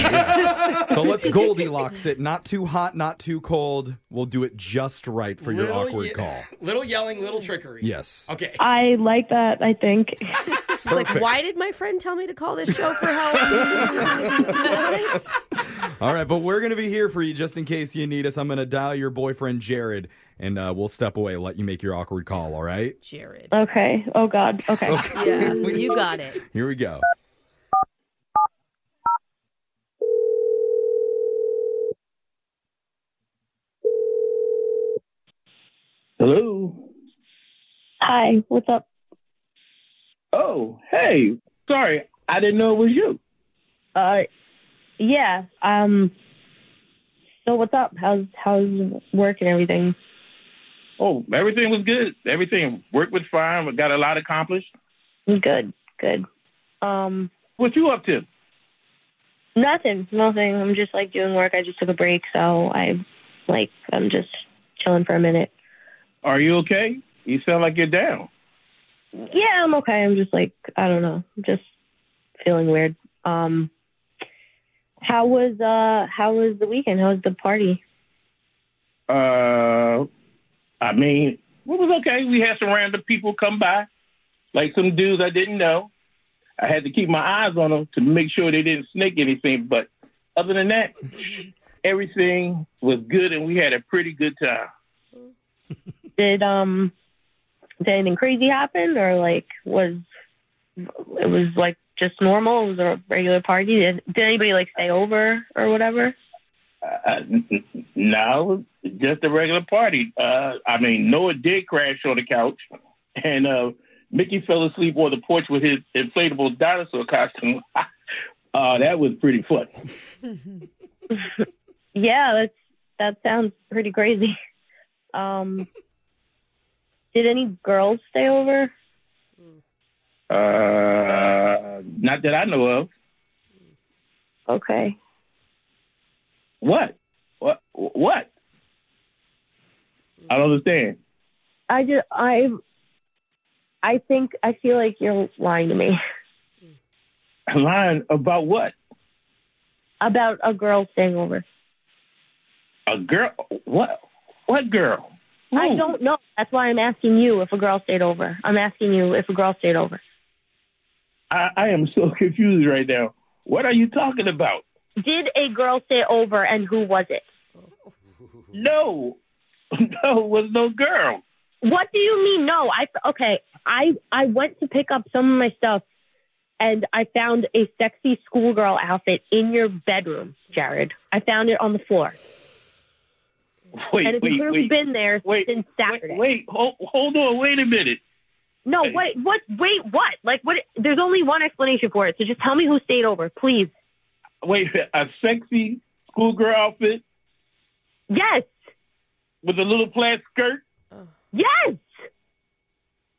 yeah. so let's Goldilocks it. Not too hot, not too cold. We'll do it just right for your
Little
awkward
ye-
call.
Little yelling, little trickery.
Yes.
Okay.
I like that, I think.
She's like, why did my friend tell me to call this show for help?
All right, but we're going to be here for you just in case you need us. I'm going to dial your boyfriend, Jared, and uh, we'll step away and let you make your awkward call, all right?
Jared.
Okay. Oh God. Okay.
yeah, you got it.
Here we go.
Hello.
Hi. What's up?
Oh, hey. Sorry, I didn't know it was you.
Uh, yeah. Um. So what's up? How's how's work and everything?
Oh, everything was good. Everything worked was fine. We got a lot accomplished.
Good. Good. Um.
What you up to?
Nothing. Nothing. I'm just like doing work. I just took a break, so I like um, I'm just chilling for a minute.
Are you okay? You sound like you're down.
Yeah, I'm okay. I'm just like I don't know. I'm just feeling weird. Um. How was uh how was the weekend? How was the party?
Uh, I mean, it was okay. We had some random people come by, like some dudes I didn't know. I had to keep my eyes on them to make sure they didn't snake anything. But other than that, everything was good, and we had a pretty good time.
Did um did anything crazy happen or like was it was like just normal? It was a regular party. Did, did anybody like stay over or whatever?
Uh, n- n- no, just a regular party. Uh, I mean, Noah did crash on the couch, and uh, Mickey fell asleep on the porch with his inflatable dinosaur costume. uh, that was pretty funny.
Yeah, that's that sounds pretty crazy. Um did any girls stay over?
Uh, not that I know of.
Okay.
What? What? What? I don't understand.
I just I I think I feel like you're lying to me
Lying about what?
about a girl staying over.
A girl? What? What girl?
I don't know. That's why I'm asking you if a girl stayed over. I'm asking you if a girl stayed over.
I, I am so confused right now. What are you talking about?
Did a girl stay over and who was it?
No. No, it was no girl.
What do you mean no? I okay, I I went to pick up some of my stuff and I found a sexy schoolgirl outfit in your bedroom, Jared. I found it on the floor.
Wait,
and it's
wait,
clearly
wait.
been there since Saturday.
Wait, wait hold, hold on, wait a minute.
No, wait, what wait what? Like what there's only one explanation for it. So just tell me who stayed over, please.
Wait, a sexy schoolgirl outfit
Yes.
with a little plaid skirt?
Yes.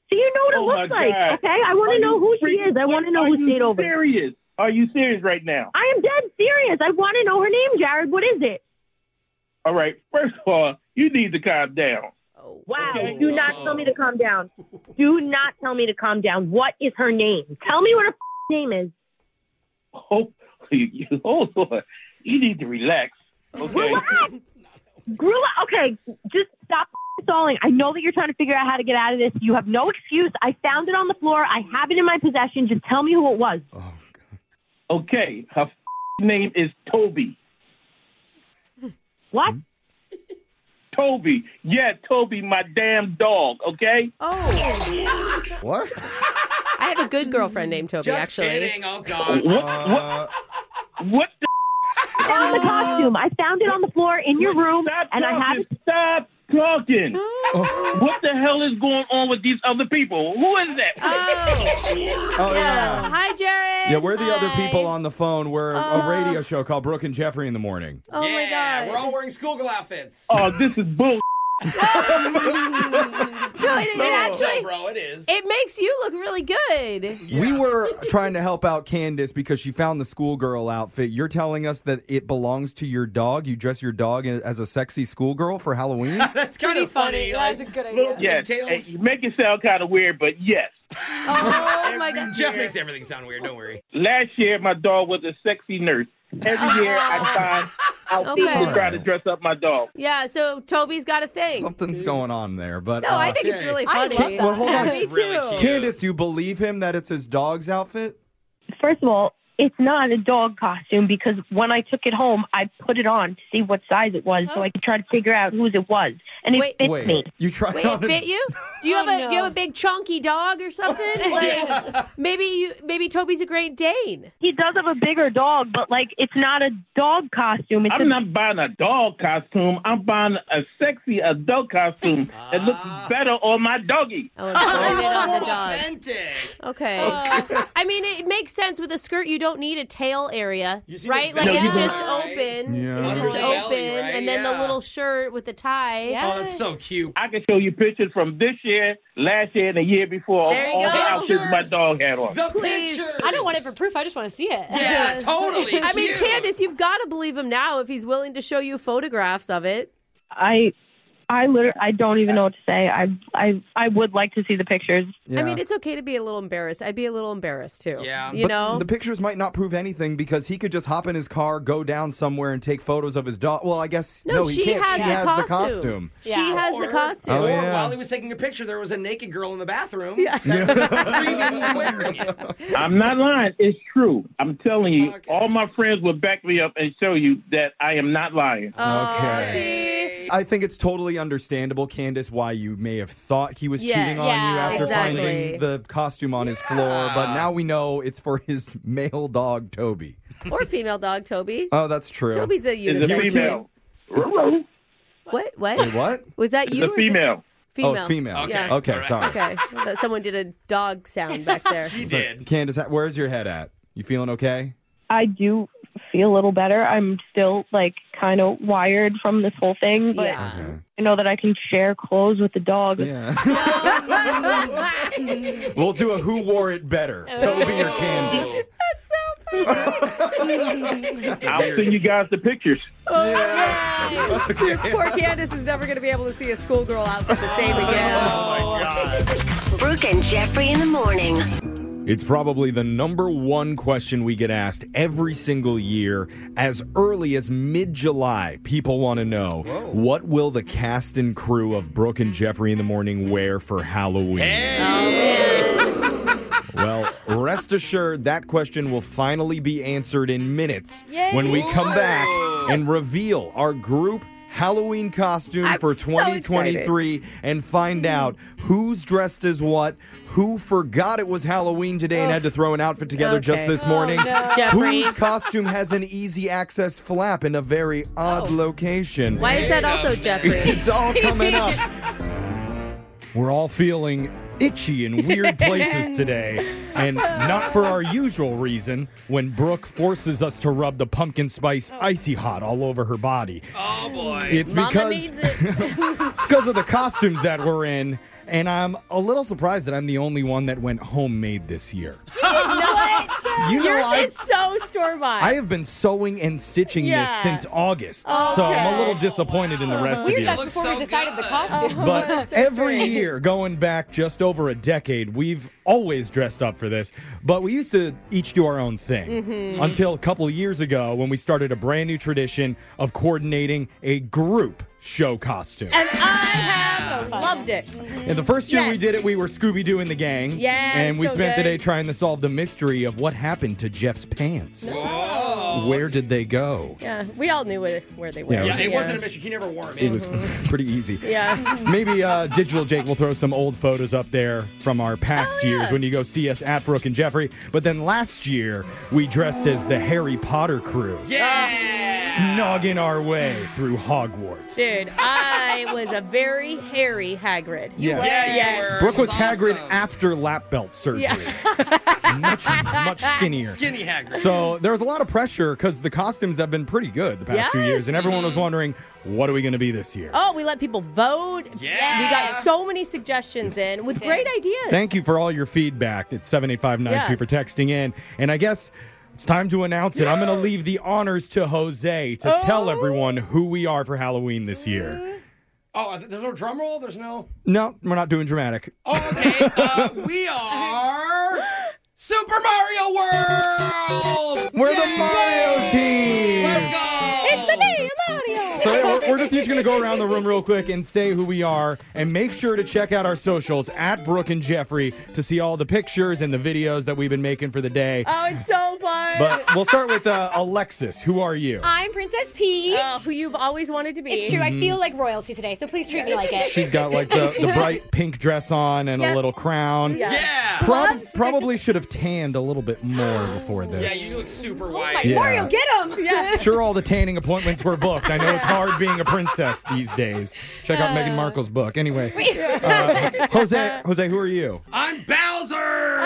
So you know what
Oh
it
my
looks like,
God.
okay? I want
Are
to know
you
who she
freaking-
is. I want to know
are
who
you
stayed over.
Serious? Are you serious right now?
I am dead serious. I want to know her name, Jared. What is it?
All right. First of all, you need to calm down.
Wow. Do not tell me to calm down. Do not tell me to calm down. What is her name? Tell me what her f- name is.
Oh, you, hold on. You need to relax. Okay.
Relax. Grilla. Okay, just stop f- stalling. I know that you're trying to figure out how to get out of this. You have no excuse. I found it on the floor. I have it in my possession. Just tell me who it was.
Okay. Her f***ing name is Toby.
What?
Toby. Yeah, Toby, my damn dog. Okay.
Oh.
What?
I have a good girlfriend named Toby,
Just
actually.
kidding. Oh, God.
What? what? What the
I found the costume. I found it on the floor in your room, and I have it.
Stop talking. what the hell is going on with these other people? Who is that?
Oh, yeah.
Hi, Jared.
Yeah, we're the other people on the phone. We're
Uh,
a radio show called Brooke and Jeffrey in the Morning.
Oh
yeah, my god. We're all wearing schoolgirl outfits.
Oh, this is bull.
No, it, it
No,
actually,
bro, it is.
It makes you look really good.
We were trying to help out Candace because she found the schoolgirl outfit. You're telling us that it belongs to your dog. You dress your dog in- as a sexy schoolgirl for Halloween?
That's kind of funny. That's a good idea.
Yes,
Pigtails.
you make it sound kind of weird, but yes.
Oh my god.
Jeff makes everything sound weird. Don't worry.
Last year, my dog was a sexy nurse. Every year, I find out people
Okay.
try to dress up my dog.
Yeah, so Toby's got a thing.
Something's going on there, but uh,
No, I think it's really
I
funny.
love that. Well, hold on.
Yeah, me
It's
too.
Candace, do you believe him that it's his dog's outfit?
First of all, it's not a dog costume because when I took it home, I put it on to see what size it was so I could try to figure out whose it was, and it
Wait.
fits
Wait,
me.
you tried
Wait,
on
it fit you? Do
Oh,
you have a do you have a big chunky dog or something? Like maybe you maybe Toby's a Great Dane.
He does have a bigger dog, but like it's not a dog costume. It's
I'm
a-
not buying a dog costume. I'm buying a sexy adult costume that looks
Ah.
better on my doggy.
Oh,
Blame it on the dog.
Authentic. Oh.
Okay. I mean, it makes sense with a skirt. You don't need a tail area,
see
right?
the
Like
No, you
it's
don't.
just open.
Yeah.
It's just
Under the
open,
belly, right?
and then the
Yeah.
little shirt with the tie.
Oh, that's so cute.
I can show you pictures from this year, last year, and the year before of
There you
all
go.
the outfits my dog had on.
The
Please.
pictures.
I don't want it for proof. I just want to see it.
Yeah, totally.
I mean,
cute.
Candace, you've got to believe him now if he's willing to show you photographs of it.
I, I literally, I don't even know what to say. I, I, I would like to see the pictures.
I mean, it's okay to be a little embarrassed. I'd be a little embarrassed too.
Yeah.
You
But
know?
the pictures might not prove anything because he could just hop in his car, go down somewhere, and take photos of his dog. Well, I guess
no,
he
she
can't.
has,
she
the,
has
costume.
the costume.
She has the costume.
Oh,
Or
yeah.
while he was taking a picture, there was a naked girl in the bathroom. Yeah. previously wearing it.
I'm not lying. It's true. I'm telling you, all my friends will back me up and show you that I am not lying.
Okay. I think it's totally understandable, Candace, why you may have thought he was
Yeah.
cheating on you
Yeah,
after
exactly.
finding the costume on his floor, but now we know it's for his male dog, Toby.
or female dog, Toby.
Oh, that's true.
Toby's a
It's a
unisex.
female.
What? What?
Wait, what?
Was that
It's
you?
a
or-
female.
Female.
Oh, it's female.
Yeah.
Okay, sorry.
Okay. But Someone did a dog sound back there.
He
So,
did.
Candace, where's your head at? You feeling okay?
I do feel a little better. I'm still like kind of wired from this whole thing, but
yeah.
I know that I can share clothes with the dog.
Yeah. we'll do a who wore it better, Toby or Candace.
I'll send you guys the pictures.
Oh,
Poor Candace is never going to be able to see a schoolgirl outfit the same again.
Brooke and Jeffrey in the morning.
It's probably the number one question we get asked every single year. As early as mid July, people want to know what will the cast and crew of Brooke and Jeffrey in the Morning wear for Halloween?
Oh,
Well, rest assured that question will finally be answered in minutes when we come back and reveal our group Halloween costume
I'm
for
so
2023 and find out who's dressed as what, who forgot it was Halloween today and had to throw an outfit together just
Okay. Oh,
this morning,
Jeffrey.
whose costume has an easy access flap in a very odd location.
Oh. Why is that also Jeffrey?
It's all coming up. We're all feeling itchy in weird places today, and not for our usual reason when Brooke forces us to rub the pumpkin spice icy hot all over her body.
Oh boy.
It's
Oh. Mama
because
needs it.
it's because of the costumes that we're in, and I'm a little surprised that I'm the only one that went homemade this year. You know,
Yours
I,
is so store bought.
I have been sewing and stitching
Yeah. Oh,
this since August, so I'm a little disappointed in the rest of you.
Weird. That's before
so
we decided
good.
the costume.
But every year, going back just over a decade, we've always dressed up for this. But we used to each do our own thing
Mm-hmm.
until a couple years ago when we started a brand new tradition of coordinating a group show costume.
and I have loved it.
And Mm-hmm. the first year we
Yes.
did it, we were Scooby Doo in the gang.
Yes,
And we
so
spent the
good.
day trying to solve the mystery of what happened to Jeff's pants. Where did they go?
Yeah, we all knew where, where they were.
Yeah, it
Yeah,
was-
it wasn't a mystery. He never wore
It
them.
was pretty easy.
Yeah.
Maybe uh, Digital Jake will throw some old photos up there from our past years when you go see us at Brooke and Jeffrey. But then last year, we dressed as the Harry Potter crew.
Yeah.
snogging our way through Hogwarts.
Dude, I was a very hairy Hagrid.
Yes.
yes.
Brooke was Hagrid after lap belt surgery. much, much skinnier.
Skinny Hagrid.
So there was a lot of pressure because the costumes have been pretty good the past two
Yes.
years, and everyone was wondering, what are we going to be this year?
Oh, we let people vote.
Yeah.
We got so many suggestions in with great ideas.
Thank you for all your feedback at 78592
Yeah.
for texting in. And I guess it's time to announce it. I'm going to leave the honors to Jose to tell
Oh.
everyone who we are for Halloween this year.
Oh, I th- there's no drum roll. There's no.
No, we're not doing dramatic.
Okay, uh, we are Super Mario World.
We're the Mario team.
Let's go. It's a
me, Mario.
So yeah, we're, we're just each going to go around the room real quick and say who we are, and make sure to check out our socials at Brooke and Jeffrey to see all the pictures and the videos that we've been making for the day.
Oh, it's so fun.
But we'll start with uh, Alexis. Who are you?
I'm Princess Peach.
Oh, who you've always wanted to be.
It's true.
Mhm.
I feel like royalty today, so please treat me like it.
She's got like the, the bright pink dress on and a
Yep.
little crown.
Yeah. Yeah.
Prob-
Gloves,
probably should have tanned a little bit more before this.
Yeah, you look super
Oh
white.
Yeah. Mario,
get him.
Yeah.
Sure, all the tanning appointments were booked. I know it's hard being a princess these days. Check
Uh.
out Meghan Markle's book. Anyway, uh, Jose, Jose, who are you?
I'm Bowser.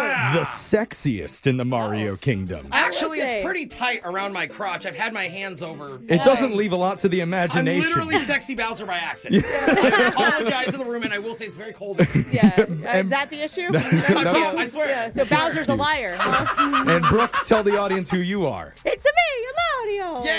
Oh,
The sexiest in the Mario Kingdom.
Actually, it's pretty tight around my crotch. I've had my hands over.
It doesn't leave a lot to the
I'm
imagination.
literally sexy Bowser by accident. I apologize to the room, and I will say it's very cold.
Uh, is that the issue?
No,
Thank
no.
you.
I swear.
Yeah, so Bowser's a liar. huh?
and Brooke, tell the audience who you are.
it's a me, Mario.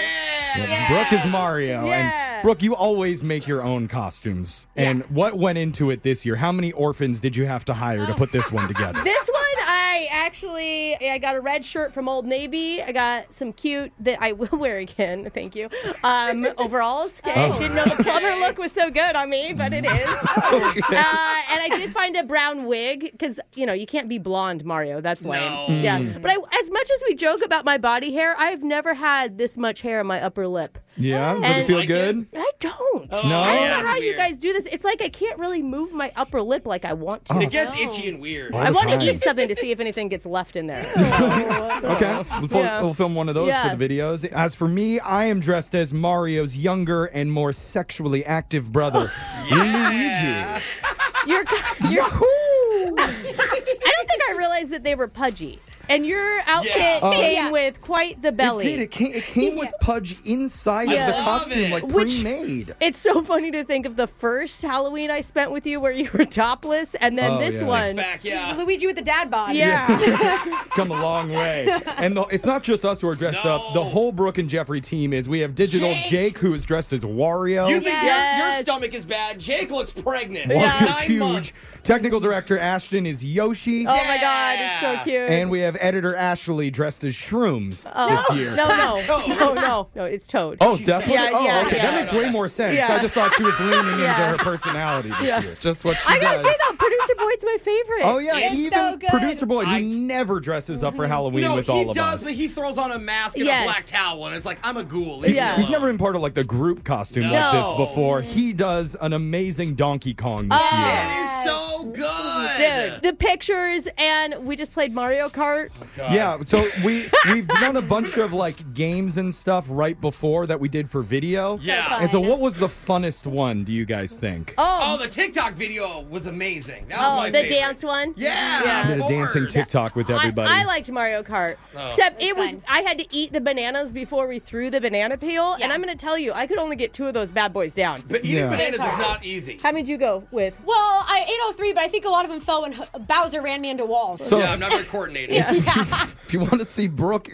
Brooke is Mario.
Yeah.
And Brooke, you always make your own costumes. And what went into it this year? How many orphans did you have to hire to put this one together?
This one, I actually, I got a red shirt from Old Navy. I got some cute that I will wear again. Thank you. Um, overalls. I
Oh.
didn't know the plumber look was so good on me, but it is. Uh, and I did find a brown wig because you know you can't be blonde, Mario. That's lame.
Mm.
Yeah. But I, as much as we joke about my body hair, I have never had this much hair on my upper lip.
Yeah? Does it
And-
feel good?
I don't.
No?
I don't
Yeah,
know how
it's
you
weird.
guys do this. It's like I can't really move my upper lip like I want to.
Oh, It gets
itchy and weird.
All
I
the
want
time.
to eat something to see if anything gets left in there.
Okay. We'll, fil-
Yeah.
we'll film one of those
Yeah.
for the videos. As for me, I am dressed as Mario's younger and more sexually active brother, Luigi.
You're, you're I don't think I realized that they were pudgy. And your outfit
Uh,
came
yeah.
with quite the belly.
It did. It came, it came with pudge inside
Yeah.
of
I
the
love
costume,
it.
like
Which-
pre-made.
It's so funny to think of the first Halloween I spent with you where you were topless, and then
Oh,
this
yeah.
one.
Six-pack, yeah.
Luigi with the dad bod.
Come a long way. And the, it's not just us who are dressed up. The whole Brooke and Jeffrey team is. We have Digital Jake,
Jake.
who is dressed as Wario.
You think your, your stomach is bad? Jake looks pregnant.
Wario's
Nine
huge.
months.
Technical director Ashton is Yoshi.
Oh my God, it's so cute.
And we have editor Ashley dressed as Shrooms
Oh,
this year.
No, no, no, no, no, it's Toad.
Oh, that's what.
Yeah,
it- oh,
yeah,
okay.
yeah.
That makes way more sense.
Yeah.
I just thought she was leaning into
Yeah.
her personality this
Yeah.
year. Just what she
I gotta
does.
say though, producer Boyd's my favorite.
Oh yeah, even producer Boyd, who never dresses up for
Mm-hmm.
Halloween
no,
with
he
all of
does.
us.
but He throws on a mask and
Yes.
a black towel, and it's like I'm a ghoul.
He-
Leave me
He's
alone.
never been part of like the group costume like this
No. Mm.
before. He does an amazing Donkey Kong this
Ah.
year.
It is so good.
Oh, Dude, the pictures and we just played Mario Kart.
Oh,
Yeah, so we we've done a bunch of like games and stuff right before that we did for video.
Yeah.
And so what was the funnest one do you guys think?
Oh. the TikTok video was amazing. That was
oh,
my
the
favorite.
dance one.
Yeah.
I did a dancing TikTok with everybody.
I, I liked Mario Kart.
Oh.
Except it was I had to eat the bananas before we threw the banana peel, and I'm gonna tell you, I could only get two of those bad boys down.
But eating
Yeah.
bananas
It's
is not easy.
How many did you go with?
Well, I 803, but I think a lot of them fell when H- Bowser ran me into walls.
So-
yeah, I'm not very coordinated.
if you want to see Brooke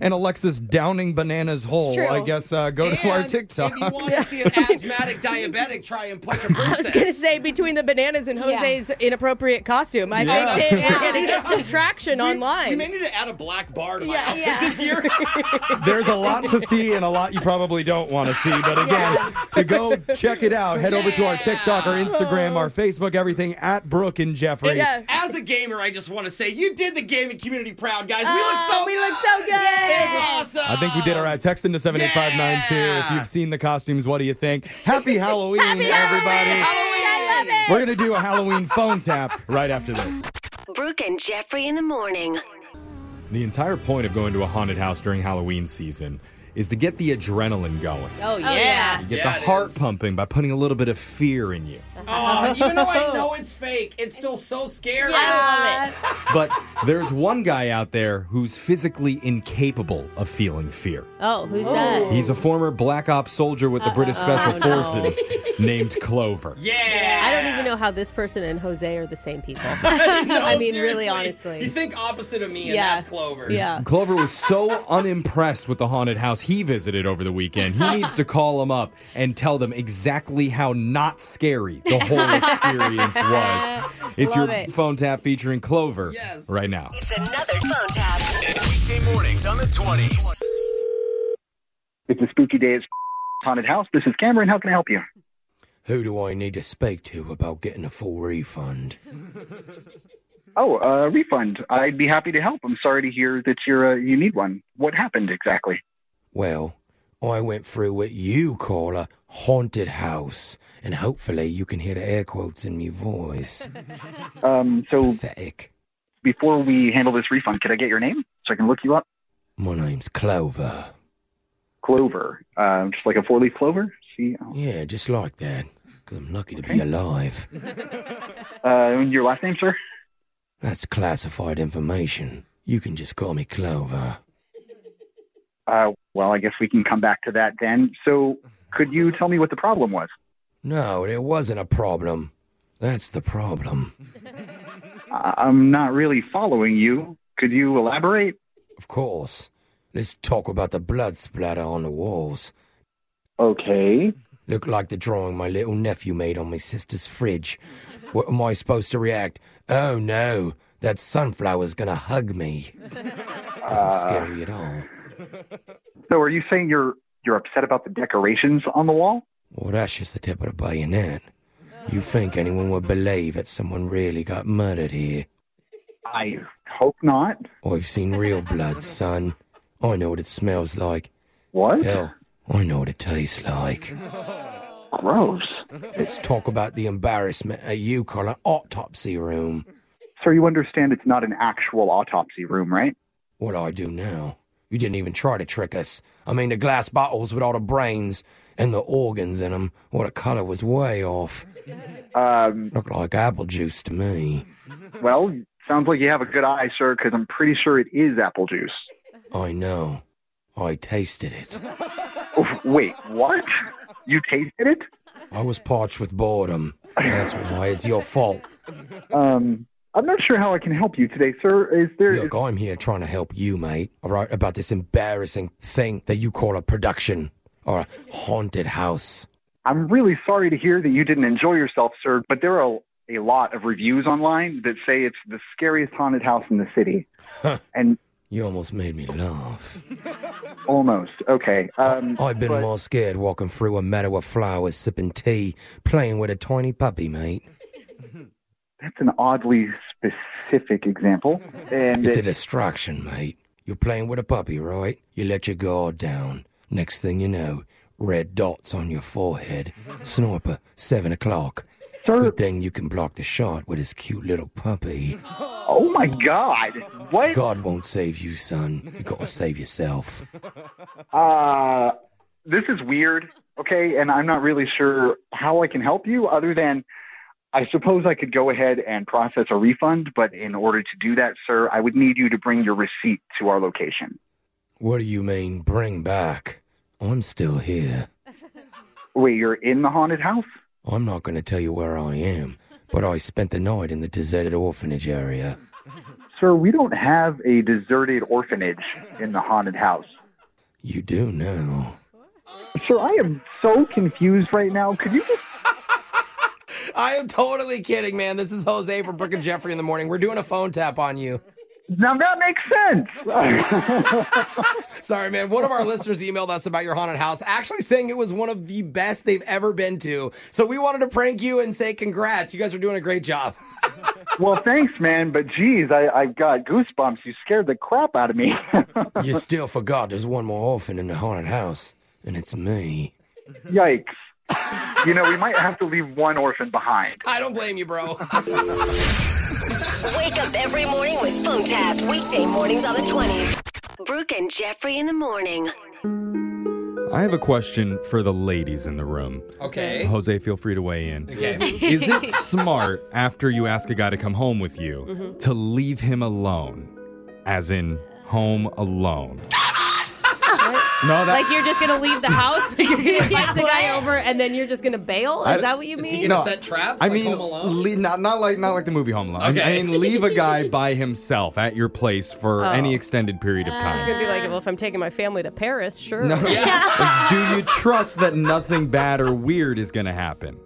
and Alexis downing bananas whole,
true.
I guess uh, go to our
And
TikTok.
If you want to see an asthmatic diabetic try and punch a
I was
princess,
gonna say between the bananas and Jose's inappropriate costume, I
Yeah.
think that
Yeah.
we're gonna get some traction online.
we may need to add a black bar to my
Yeah.
outfit
Yeah.
this year.
There's a lot to see and a lot you probably don't want to see. But again, to go check it out, head over to our TikTok, our Instagram, our Facebook, everything at Brooke and Jeffrey.
And As a gamer, I just want to say you did the gaming community proud, guys. We look so
Oh, we
good.
look so good.
It's awesome.
I think we did all right. Text into 78592 if you've seen the costumes. What do you think? Happy Halloween, everybody. We're going to do a Halloween phone tap right after this.
Brooke and Jeffrey in the morning.
The entire point of going to a haunted house during Halloween season is to get the adrenaline going.
Oh, yeah.
You get the heart pumping by putting a little bit of fear in you.
Oh, even though I know it's fake, it's still so scary. I love it.
But there's one guy out there who's physically incapable of feeling fear.
Oh, who's that?
He's a former Black Ops soldier with the British
Uh-oh.
Special
Oh, no.
Forces named Clover.
I don't even know how this person and Jose are the same people.
No,
I mean,
seriously.
really, honestly.
You think opposite of me, and
Yeah.
that's Clover.
Yeah.
Clover was so unimpressed with the haunted house he visited over the weekend. He needs to call them up and tell them exactly how not scary the whole experience was. It's
Love
your
it.
phone tap featuring Clover right now.
It's another phone tap.
Weekday mornings on the 20s.
It's a spooky day at haunted house. This is Cameron. How can I help you?
Who do I need to speak to about getting a full refund?
Oh, uh, refund. I'd be happy to help. I'm sorry to hear that you're uh, you need one. What happened exactly?
Well, I went through what you call a haunted house, and hopefully you can hear the air quotes in my voice.
Um, so
Pathetic.
Before we handle this refund, could I get your name so I can look you up?
My name's Clover.
Clover, um, just like a four-leaf clover. See,
Yeah, just like that, because I'm lucky to be alive.
uh, your last name, sir?
That's classified information. You can just call me Clover.
Uh, well, I guess we can come back to that then. So, could you tell me what the problem was?
No, there wasn't a problem. That's the problem.
I- I'm not really following you. Could you elaborate?
Of course. Let's talk about the blood splatter on the walls.
Okay.
Look like the drawing my little nephew made on my sister's fridge. What am I supposed to react? Oh no, that sunflower's gonna hug me. Wasn't scary at all.
So, are you saying you're you're upset about the decorations on the wall?
Well, that's just the tip of the bayonet. You think anyone would believe that someone really got murdered here?
I hope not.
I've seen real blood, son. I know what it smells like.
What?
Hell, I know what it tastes like.
Gross.
Let's talk about the embarrassment at you call an autopsy room.
Sir, you understand it's not an actual autopsy room, right?
What do I do now? You didn't even try to trick us. I mean, the glass bottles with all the brains and the organs in them. What the color was way off.
Um,
Looked like apple juice to me.
Well, sounds like you have a good eye, sir, because I'm pretty sure it is apple juice.
I know. I tasted it.
Oh, Wait, what? You tasted it?
I was parched with boredom. That's why it's your fault.
Um, I'm not sure how I can help you today, sir. Is there?
Look, I'm here trying to help you, mate. All right, about this embarrassing thing that you call a production or a haunted house.
I'm really sorry to hear that you didn't enjoy yourself, sir, but there are a lot of reviews online that say it's the scariest haunted house in the city. and
You almost made me laugh.
almost okay. Um,
I've been
but-
more scared walking through a meadow of flowers, sipping tea, playing with a tiny puppy, mate.
That's an oddly specific example, and
It's a
it-
distraction, mate. You're playing with a puppy, right? You let your guard down. Next thing you know, red dots on your forehead. Sniper, seven o'clock. Good thing you can block the shot with his cute little puppy.
oh my god, what?
God won't save you, son. You gotta save yourself.
Uh, this is weird, okay? And I'm not really sure how I can help you other than I suppose I could go ahead and process a refund, but in order to do that, sir, I would need you to bring your receipt to our location.
What do you mean, bring back? I'm still here.
Wait, you're in the haunted house?
I'm not gonna tell you where I am, but I spent the night in the deserted orphanage area.
Sir, we don't have a deserted orphanage in the haunted house.
You do now.
Sir, I am so confused right now. Could you just
I am totally kidding, man. This is Jose from Brooke and Jeffrey in the morning. We're doing a phone tap on you.
Now that makes sense.
Sorry, man. One of our listeners emailed us about your haunted house, actually saying it was one of the best they've ever been to. So we wanted to prank you and say congrats. You guys are doing a great job.
Well, thanks, man, but geez, I, I got goosebumps. You scared the crap out of me.
you still forgot there's one more orphan in the haunted house, and it's me.
Yikes. You know, we might have to leave one orphan behind.
I don't blame you, bro.
Wake up every morning with phone taps. Weekday mornings on the 20s. Brooke and Jeffrey in the morning.
I have a question for the ladies in the room.
Okay.
Jose, feel free to weigh in.
Okay.
Is it smart after you ask a guy to come home with you
Mhm.
to leave him alone? As in home alone. No, that
like you're just gonna leave the house, you're gonna invite the guy over, and then you're just gonna bail.
I-
Is that what you mean?
I mean, le- not not like not like the movie Home Alone. I mean- I
Okay.
mean, leave a guy by himself at your place for
Oh.
any extended period of
It's
time.
gonna be like, well, if I'm taking my family to Paris, sure.
No. Do you trust that nothing bad or weird is going to happen?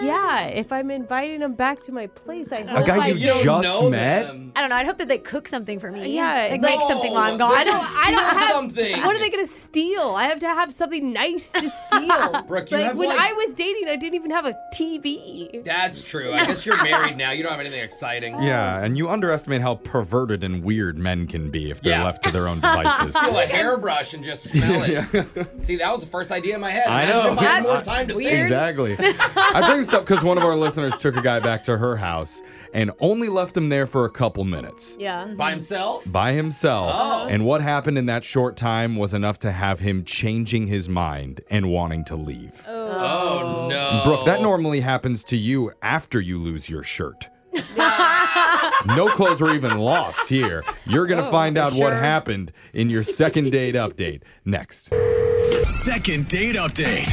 Yeah, if I'm inviting him back to my place, I
A guy you just met?
I don't know. I'd hope that they cook something for me.
Yeah,
like make something while I'm gone.
I don't. I don't have.
something.
What are they gonna steal? I have to have something nice to steal.
Brooke, you
like
have,
when
like-
I was dating, I didn't even have a TV.
That's true. I guess you're married now. You don't have anything exciting.
Yeah, and you underestimate how perverted and weird men can be if they're
Yeah.
left to their own devices.
Steal a hairbrush and just smell it. See, that was the first idea in my head.
I
Imagine
know.
if I had more time to think.
Exactly. I bring this up because one of our listeners took a guy back to her house and only left him there for a couple minutes.
Yeah.
By himself?
by himself.
Oh.
And what happened in that short time was enough to have him changing his mind and wanting to leave.
Oh, no.
Brooke, that normally happens to you after you lose your shirt. no clothes were even lost here. You're going to
Oh,
find
for
out what
sure.
happened in your second date update next.
Second date update.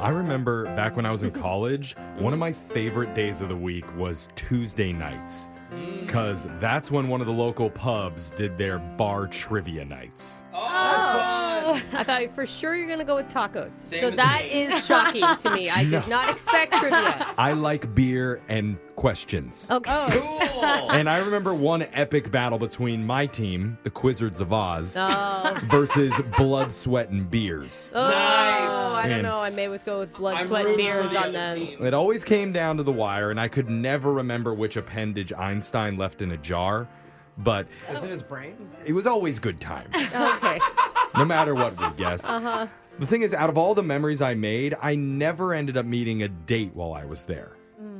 I remember back when I was in college, one of my favorite days of the week was Tuesday nights.
Mm.
Because that's when one of the local pubs did their bar trivia nights.
Oh, I thought for sure you're gonna go with tacos. so
as
that
me.
is shocking to me. I did not expect trivia.
I like beer and questions.
Okay.
And I remember one epic battle between my team, the Quizzards of Oz,
Oh.
versus Blood, Sweat, and Beers.
Oh, I don't
And
know. I may with go with blood,
I'm
sweat, and
rooting for
beers
the
on
other
them.
It always came down to the wire, and I could never remember which appendage Einstein left in a jar, but
Is it his brain?
it was always good times,
okay.
no matter what we guessed.
Uh huh.
The thing is, out of all the memories I made, I never ended up meeting a date while I was there.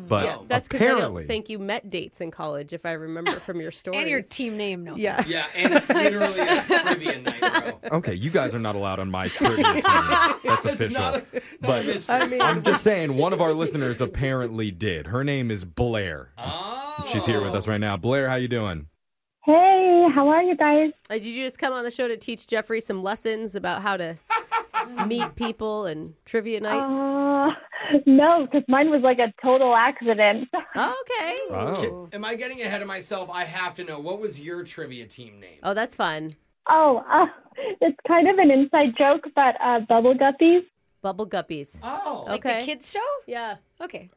But
Mm. yeah, that's because I
apparently,
don't think you met dates in college, if I remember from your story.
And your team name, no.
Yeah.
Yeah, and it's literally a trivia night.
okay, you guys are not allowed on my trivia team. That's official. but
I mean-
I'm just saying, one of our listeners apparently did. Her name is Blair. Oh. She's here with us right now. Blair, how you doing?
Hey, how are you guys? Uh, did you just come on the show to teach Jeffrey some lessons about how to meet people and trivia nights?
Uh, no, because mine was like a total accident.
okay.
Oh.
Am I getting ahead of myself? I have to know. What was your trivia team name?
Oh, that's fun.
Oh, uh, it's kind of an inside joke, but uh, bubble guppies.
Bubble guppies.
Oh,
Like
okay.
the kids show?
Yeah.
Okay.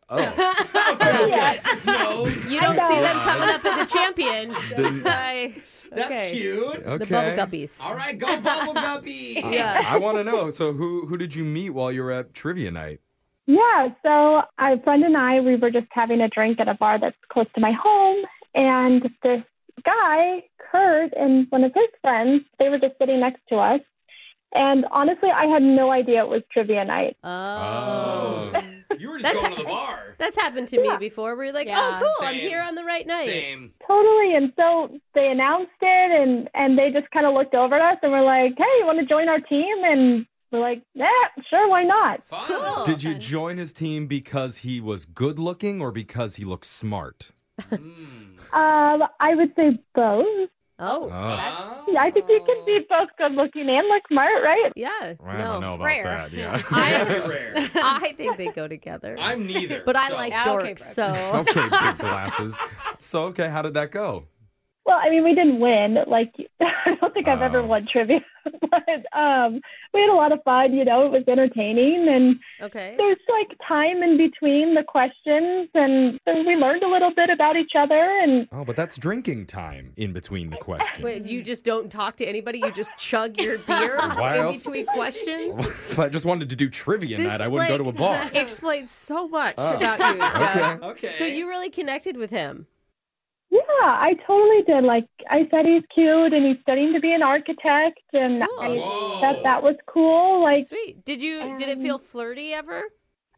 Oh.
Oh.
You don't see them coming up as a champion.
Didn't-
I-
That's
okay.
cute.
The
Okay.
bubble guppies.
All right, go bubble guppy.
I, want to know. So, who who did you meet while you were at trivia night?
Yeah, so a friend and I, we were just having a drink at a bar that's close to my home, and this guy, Kurt, and one of his friends, they were just sitting next to us. And honestly, I had no idea it was trivia night.
Oh.
You were
just that's going to the
bar.
That's happened to me before. Where you're like, oh,
Yeah.
cool, I'm
Same.
here on the right night.
Same.
Totally. And so they announced it, and and they just kind of looked over at us and were like, "Hey, you want to join our team?" And we're like, "Yeah, sure, why not?"
Cool.
Did you join his team because he was good looking or because he looked smart?
Um, I would say both.
Oh,
Yeah, I think you can be both good looking and look smart, right?
Yeah.
I don't know about that. Yeah.
Oh, I think they go together.
I'm neither.
But I
so-
like
Ah, okay,
dorks, so.
okay, big glasses. So, okay, how did that go?
Well, I mean, we didn't win. Like, I don't think I've ever won trivia, but um, we had a lot of fun. You know, it was entertaining, and
Okay.
there's like time in between the questions, and so we learned a little bit about each other. And
Oh, but that's drinking time in between the questions.
Wait, you just don't talk to anybody. You just chug your beer
Why
in
else-
between questions.
if I just wanted to do trivia night, I wouldn't go to a bar.
Explains so much
Oh.
about you. Jeff.
Okay.
So you really connected with him.
yeah, I totally did. Like, I said he's cute, and he's studying to be an architect, and I said that was cool. Like,
Sweet. Did you? did it feel flirty ever?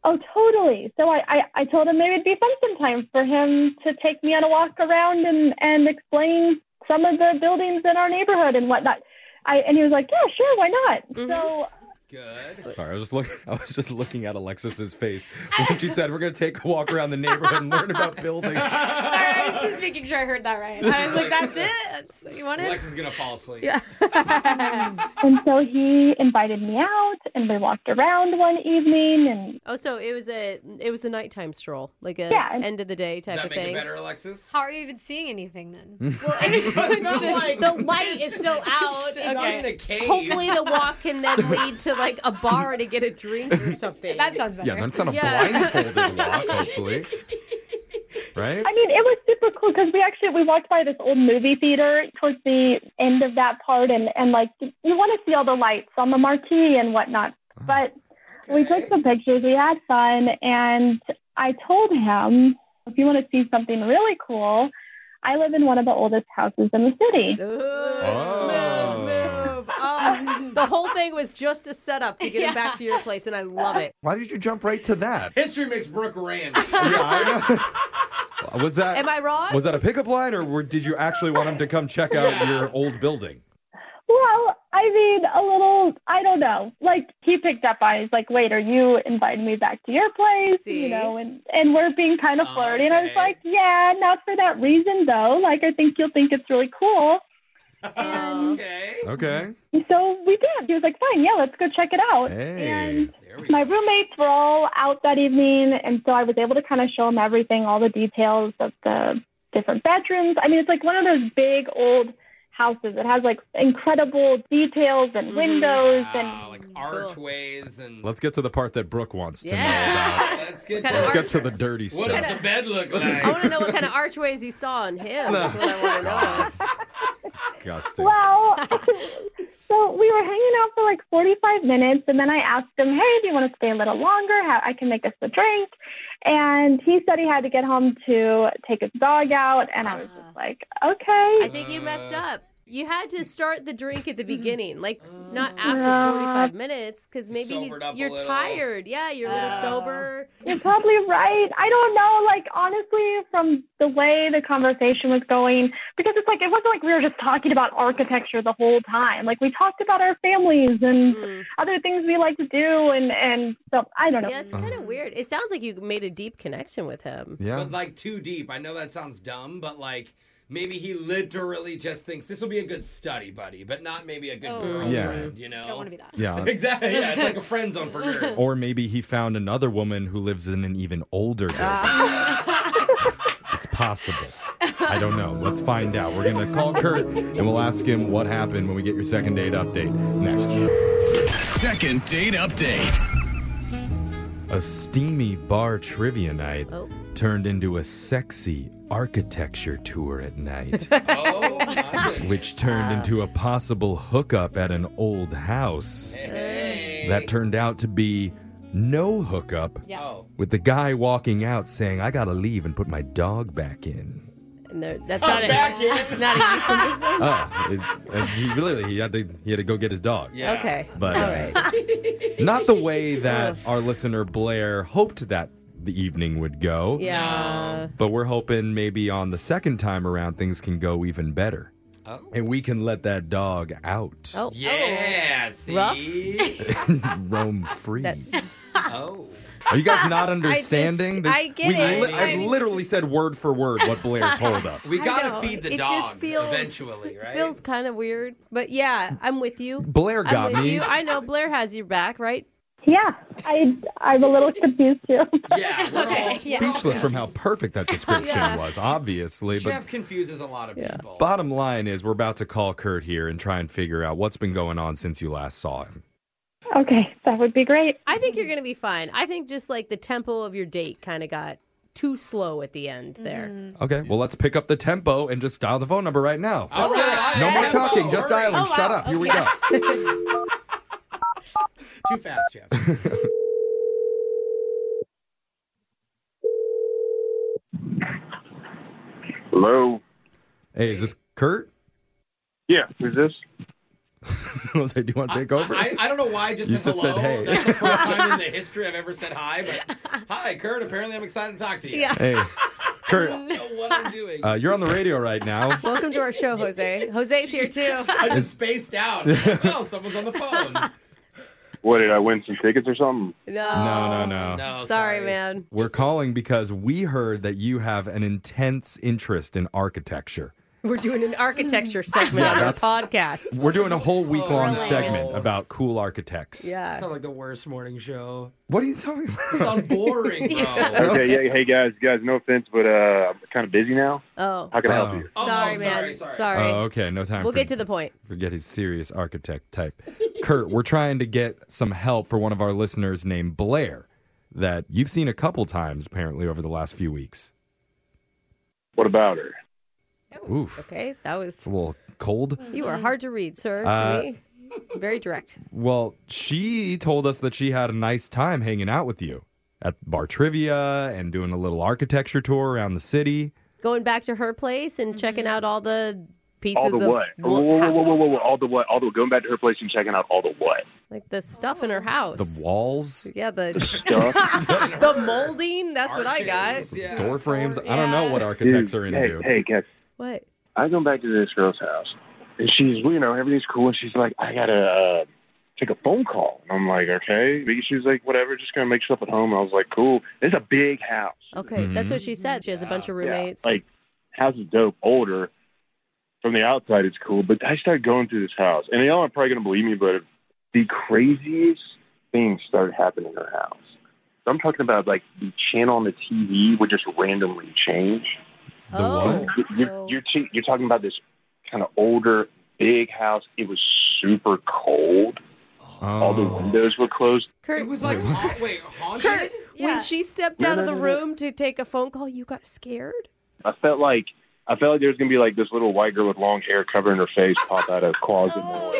Oh, totally. So I, I, I told him maybe it'd be fun sometime for him to take me on a walk around and, and explain some of the buildings in our neighborhood and whatnot. I and he was like, yeah, sure, why not? So
Sorry, I was just looking. I was just looking at Alexis's face when she said, "We're going to take a walk around the neighborhood and learn about buildings."
I was just making sure I heard that right. I was like, that's it. That's what you wanted.
Lex is gonna fall asleep.
and so he invited me out, and we walked around one evening, and
Oh, so it was a it was a nighttime stroll, like a
Yeah.
end of the day type
Does
of
that make
thing.
it better, Alexis?
How are you even seeing anything then?
not like-
the light is still out.
It's not in a cave.
Hopefully, the walk can then lead to like a bar to get a drink or something. That
sounds
Yeah, that's not a blindfolded walk, hopefully. Right?
I mean, it was super cool because we actually we walked by this old movie theater towards the end of that part, and and like you want to see all the lights on the marquee and whatnot. But we took some pictures, we had fun, and I told him if you want to see something really cool, I live in one of the oldest houses in the city.
Oh, Um,
move. Oh, the whole thing was just a setup to get him back to your place, and I love it.
Why did you jump right to that?
History makes Brooke Rand.
Was that?
Am I wrong?
Was that a pickup line, or were, did you actually want him to come check out your old building?
Well, I mean, a little, I don't know. Like, he picked up on it. He's like, wait, are you inviting me back to your place? You know, and, and we're being kind of flirty. And I was like, yeah, not for that reason, though. Like, I think you'll think it's really cool.
Okay.
So we did. He was like, fine, yeah, let's go check it out.
Hey.
And my roommates were all out that evening. And so I was able to kind of show him everything, all the details of the different bedrooms. I mean, it's like one of those big old houses. It has like incredible details and
Mm-hmm.
windows
Ah,
and
like archways and
Let's get to the part that Brooke wants to know about.
Let's get,
Let's get to the dirty
What
stuff.
does the bed look
I want
like?
to know what kind of archways you saw on him. That's what I want to know.
Disgusting.
Well, so we were hanging out for like 45 minutes, and then I asked him, "Hey, do you want to stay a little longer? How I can make us a drink?" And he said he had to get home to take his dog out, and I was just like, "Okay."
Ah. I think you messed up. You had to start the drink at the beginning, like not after
Uh,
45 minutes, because maybe he's,
Sobered up a
you're
little.
tired. Yeah, you're a little sober.
You're probably right. I don't know. Like honestly, from the way the conversation was going, because it's like it wasn't like we were just talking about architecture the whole time. Like we talked about our families and other things we like to do, and and so I don't know.
Yeah, it's kind of weird. It sounds like you made a deep connection with him.
But like too deep. I know that sounds dumb, but like maybe he literally just thinks this will be a good study buddy, but not maybe a good
Oh.
girlfriend. You know? Don't want to be that.
Yeah.
exactly. Yeah, it's like a friend zone for nerds.
Or maybe he found another woman who lives in an even older building.
Ah.
it's possible. I don't know. Let's find out. We're going to call Kurt and we'll ask him what happened when we get your second date update next.
Second date update.
A steamy bar trivia night turned into a sexy architecture tour at night, which turned into a possible hookup at an old house. That turned out to be no hookup
Yeah.
with the guy walking out saying, I gotta leave and put my dog back in.
And there- that's not it. That's not a euphemism.
Oh, it- uh, he literally he had to he had to go get his dog.
Yeah. Okay.
but uh, not the way that our listener Blair hoped that the evening would go.
Yeah.
But we're hoping maybe on the second time around things can go even better. Oh. And we can let that dog out.
Oh.
Yeah, see?
Roam free.
oh.
Are you guys not understanding?
I just- I get
we
it.
Li- I
I'm
literally said word for word what Blair told us.
We
I know.
gotta feed the
It just
dog
feels-
eventually, right?
Feels kind of weird, but yeah, I'm with you.
Blair
I'm
got
with
me.
You. I know Blair has your back, right?
Yeah, I I'm a little confused too.
yeah, we're all
Speechless from how perfect that description
Yeah.
was, obviously. But
Jeff confuses a lot of people.
Bottom line is, we're about to call Kurt here and try and figure out what's been going on since you last saw him.
Okay, that would be great.
I think you're gonna be fine. I think just like the tempo of your date kind of got too slow at the end there.
Okay, well, let's pick up the tempo and just dial the phone number right now.
All right.
No more
Tempo,
talking, just
hurry.
dialing.
Oh,
Shut
wow.
up. Here we
Okay.
go.
Too fast, Jeff.
Hello. Hey, is this Kurt? Yeah, who's this? I was like, do you want to take over?
I, I don't know why I just
You
said
just
hello.
said, "Hey."
That's the first time in the history I've ever said hi, but hi, Kurt. Apparently, I'm excited to talk to you.
Hey, Kurt.
I don't know what we're doing.
Uh, you're on the radio right now.
Welcome to our show, Jose. Jose's here too.
I just spaced out. oh, someone's on the phone.
What did I win some tickets or something?
No, no, no.
sorry, man.
We're calling because we heard that you have an intense interest in architecture.
We're doing an architecture segment
Yeah,
on our
that's-
podcast.
We're doing a whole week long
Oh, really?
segment about cool architects.
Yeah.
Sound like the worst morning show.
What are you talking about?
It sounds boring, bro.
Okay, yeah, hey guys, guys, no offense, but uh, I'm kind of busy now.
Oh.
How can I help
Oh.
you?
sorry, man. Sorry.
Oh, okay, no time
We'll
for
get to the point.
forget his serious architect type. Kurt, we're trying to get some help for one of our listeners named Blair that you've seen a couple times apparently over the last few weeks.
What about her?
Oof.
Okay, that was
It's a little cold.
you were hard to read, sir. To
Uh,
me, very direct.
Well, she told us that she had a nice time hanging out with you at bar trivia and doing a little architecture tour around the city.
Going back to her place and checking out all the pieces
all the
of
what? Whoa, whoa, whoa, whoa, whoa, whoa, all the what? All the going back to her place and checking out all the what?
like the stuff in her house.
The walls,
yeah, the
Stuff?
the molding. That's what I got.
door frames. I don't know what architects are
hey,
into.
hey, guys,
What?
I go back to this girl's house, and she's, you know, everything's cool, and she's like, I gotta uh, take a phone call, and I'm like, okay. She was like, whatever, just gonna make stuff at home. I was like, cool. It's a big house.
Okay, that's what she said. She has a bunch of roommates.
Like, house is dope, older. From the outside, it's cool, but I start going through this house, and y'all are probably gonna believe me, but the craziest things started happening in her house. So I'm talking about like the channel on the TV would just randomly change.
The
what?
Oh,
You're, you're, t- you're talking about this kind of older, big house. It was super cold. All the windows were closed.
Kurt
it was like, ha- wait, haunted?
Kurt, when she stepped
No,
out
no,
of the
no, no.
room to take a phone call, you got scared.
I felt like I felt like there was gonna be like this little white girl with long hair covering her face pop out of a closet.
Oh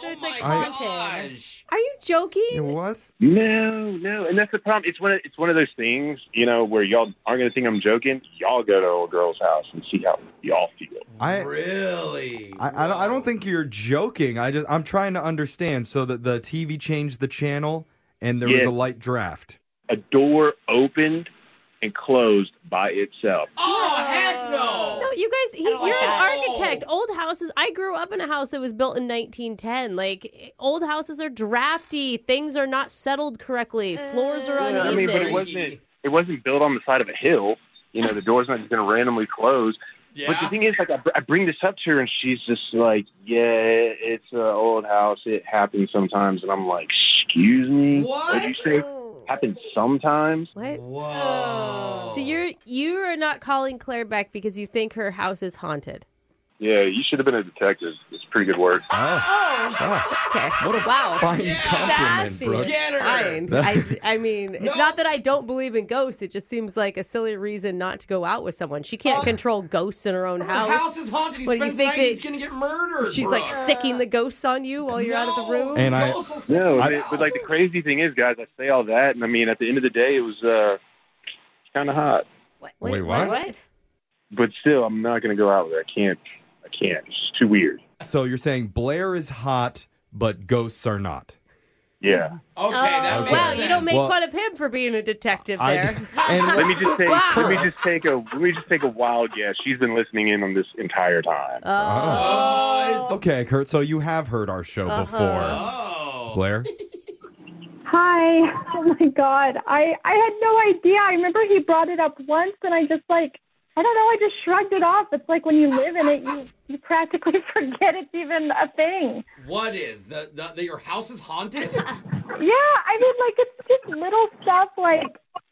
so it's like
my
haunted. Are you joking?
what?
No, no, and that's the problem. It's one of, it's one of those things, you know, where y'all aren't gonna think I'm joking. Y'all go to old girl's house and see how y'all feel.
I
really.
I, I, don't, I don't think you're joking. I just I'm trying to understand. So that the TV changed the channel and there was
Yeah.
a light draft.
A door opened and closed by itself.
Oh, heck no.
No, you guys, he, you're
like that.
an
Oh.
architect. Old houses. I grew up in a house that was built in 1910. Like old houses are drafty. Things are not settled correctly. Floors are
Yeah,
uneven.
I mean, but it wasn't it wasn't built on the side of a hill. You know, the door's not just going to randomly close. But the thing is, like, I, br- I bring this up to her, and she's just like, "Yeah, it's an old house. It happens sometimes." And I'm like, "Excuse me,
What?
What'd you say? Happens sometimes."
What?
Whoa.
So you're you are not calling Claire back because you think her house is haunted.
Yeah, you should have been a detective. It's pretty good work.
Oh,
Oh.
Okay.
What a
wow.
fine compliment,
Sassy.
Brooke.
Fine. I, I mean, it's not that I don't believe in ghosts. It just seems like a silly reason not to go out with someone. She can't control ghosts in her own
The
house.
house is haunted. He
What do you
spends the
think
night. He's
that-
going to get murdered.
She's
bro.
like sicking the ghosts on you while you're out of the room.
And I-
No, I, but like the crazy thing is, guys, I say all that, and I mean, at the end of the day, it was uh, kind of hot.
Wait, what?
But still, I'm not going to go out with her. I can't. I can't. It's just too weird.
So you're saying Blair is hot, but ghosts are not.
Yeah.
Okay, that
Okay.
Wow, you don't make
Well-
fun of him for being a detective
I-
there.
And
let me just take
Wow.
let me just take a let me just take a wild guess. She's been listening in on this entire time.
Uh, Okay, Kurt. So you have heard our show
Uh-huh.
before, Blair.
Hi. Oh my God. I, I had no idea. I remember he brought it up once and I just like, I don't know, I just shrugged it off. It's like when you live in it, you, you practically forget it's even a thing.
What is? The, the, the, your house is haunted?
Yeah. I mean, like it's just little stuff. Like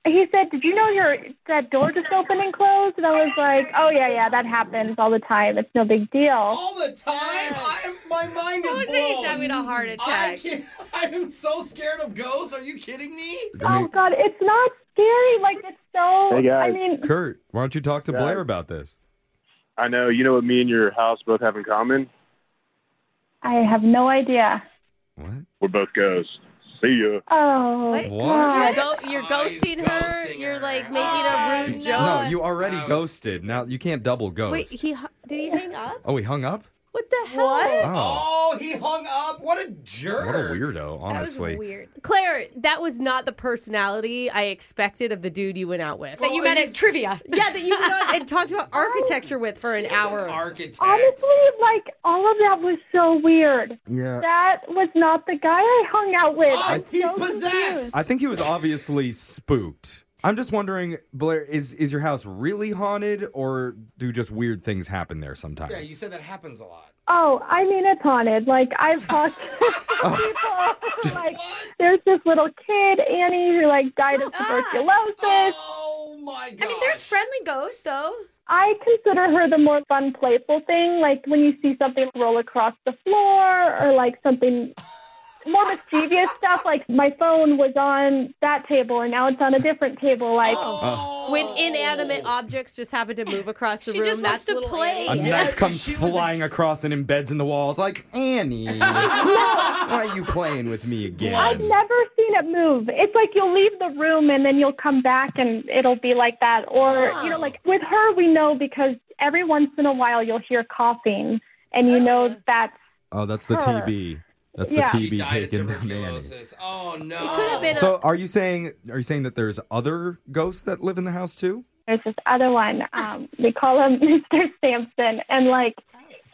he said, did you know your, that door just opened and closed? And I was like, oh yeah, yeah, that happens all the time. It's no big deal.
All the time? I, my mind is
Jose,
blown.
he's having a heart
I,
attack.
can't, I am so scared of ghosts. Are you kidding me?
Oh God, it's not scary. Like it's so,
Hey, guys.
I mean,
Kurt, why don't you talk to Blair about this?
I know. You know what me and your house both have in common?
I have no idea.
We're both ghosts. See ya.
Oh,
What? You're,
What?
go- you're ghosting her. You're like making a rude joke.
No, you already ghosted. Now you can't double ghost.
Wait, he hu- did he hang up?
oh, he hung up.
What the hell?
Wow.
Oh, he hung up. What a jerk.
What a weirdo, honestly.
weird. Claire, that was not the personality I expected of the dude you went out with.
That you met at trivia. Oh.
Yeah, that you went out and talked about architecture with for an hour.
architect.
Honestly, like all of that was so weird.
Yeah.
That was not the guy I hung out with.
Oh,
I'm
he's
so confused.
I think he was obviously spooked. I'm just wondering, Blair, is is your house really haunted, or do just weird things happen there sometimes?
Yeah, you said that happens a lot.
Oh, I mean, it's haunted. Like, I've talked to people. like, there's this little kid, Annie, who, like, died of tuberculosis.
Oh my god.
I mean, there's friendly ghosts though.
I consider her the more fun, playful thing. Like, when you see something roll across the floor or, like, something more mischievous stuff. Like, my phone was on that table and now it's on a different table. Like,
When
Oh.
inanimate objects just happen to move across the
She
room,
just wants
that's
to
little
play.
Annie.
a knife comes flying across and embeds in the wall. It's like Annie, why are you playing with me
I've
again?
never seen it move. It's like you'll leave the room and then you'll come back and it'll be like that. Or, you know, like with her, we know because every once in a while you'll hear coughing and you know that.
Oh, that's the
Her.
TB. That's
Yeah.
the
She
TB
died of
taken from Annie.
Oh no.
It could have
So, are you saying are you saying that there's other ghosts that live in the house too?
There's this other one. Um, we call him Mr. Sampson. And like,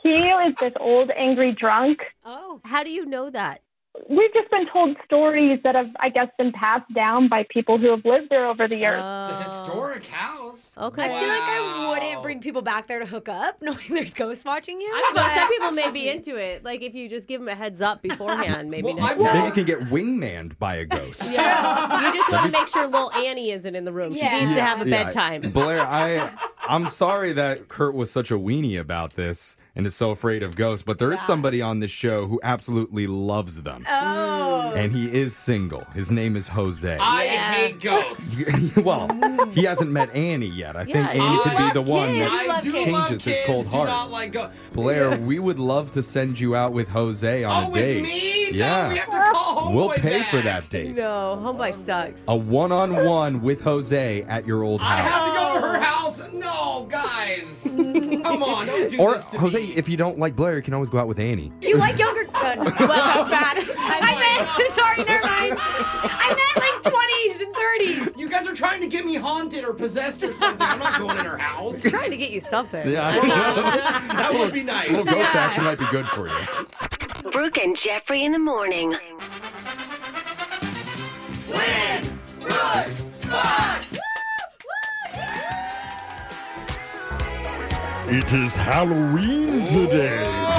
he is this old, angry drunk.
Oh, how do you know that?
We've just been told stories that have, I guess, been passed down by people who have lived there over the years.
Oh.
historic house.
Okay.
I feel like I wouldn't bring people back there to hook up, knowing there's ghosts watching you.
I don't know.
but-
Some people may be into it. Like if you just give them a heads up beforehand, maybe next
Maybe
time.
you can get wingmanned by a ghost.
Yeah. You just want
That'd
to make sure little Annie isn't in the room.
Yeah.
She needs to have a
Yeah.
bedtime.
Blair, I I'm sorry that Kurt was such a weenie about this and is so afraid of ghosts, but there is somebody on this show who absolutely loves them.
Oh.
And he is single. His name is Jose.
Ah.
I hate ghosts.
well, he hasn't met Annie yet. I think
Yeah,
Annie
you
could be
love
the one
kids. I
that
do love
changes his
kids,
cold
do
heart.
not like ghosts.
Blair, we would love to send you out with Jose on
Oh,
a
with
date.
me? No,
Yeah.
we have to call
we'll
Homeboy
pay
back.
for that date.
No, homeboy sucks.
A one-on-one with Jose at your old
I
house.
have to go to her house. No, guys. Come on, don't do
Or
this to
Jose, if you don't like Blair, you can always go out with Annie.
You like younger? Uh, no, well, that's bad. I meant. Sorry, never mind. I meant like 20s and 30s.
me. You guys are trying to get me haunted or possessed or something. I'm not going in her house.
Trying to get you something.
that would be nice.
Little ghost action might be good for you.
Brooke and Jeffrey in the morning.
It is Halloween today.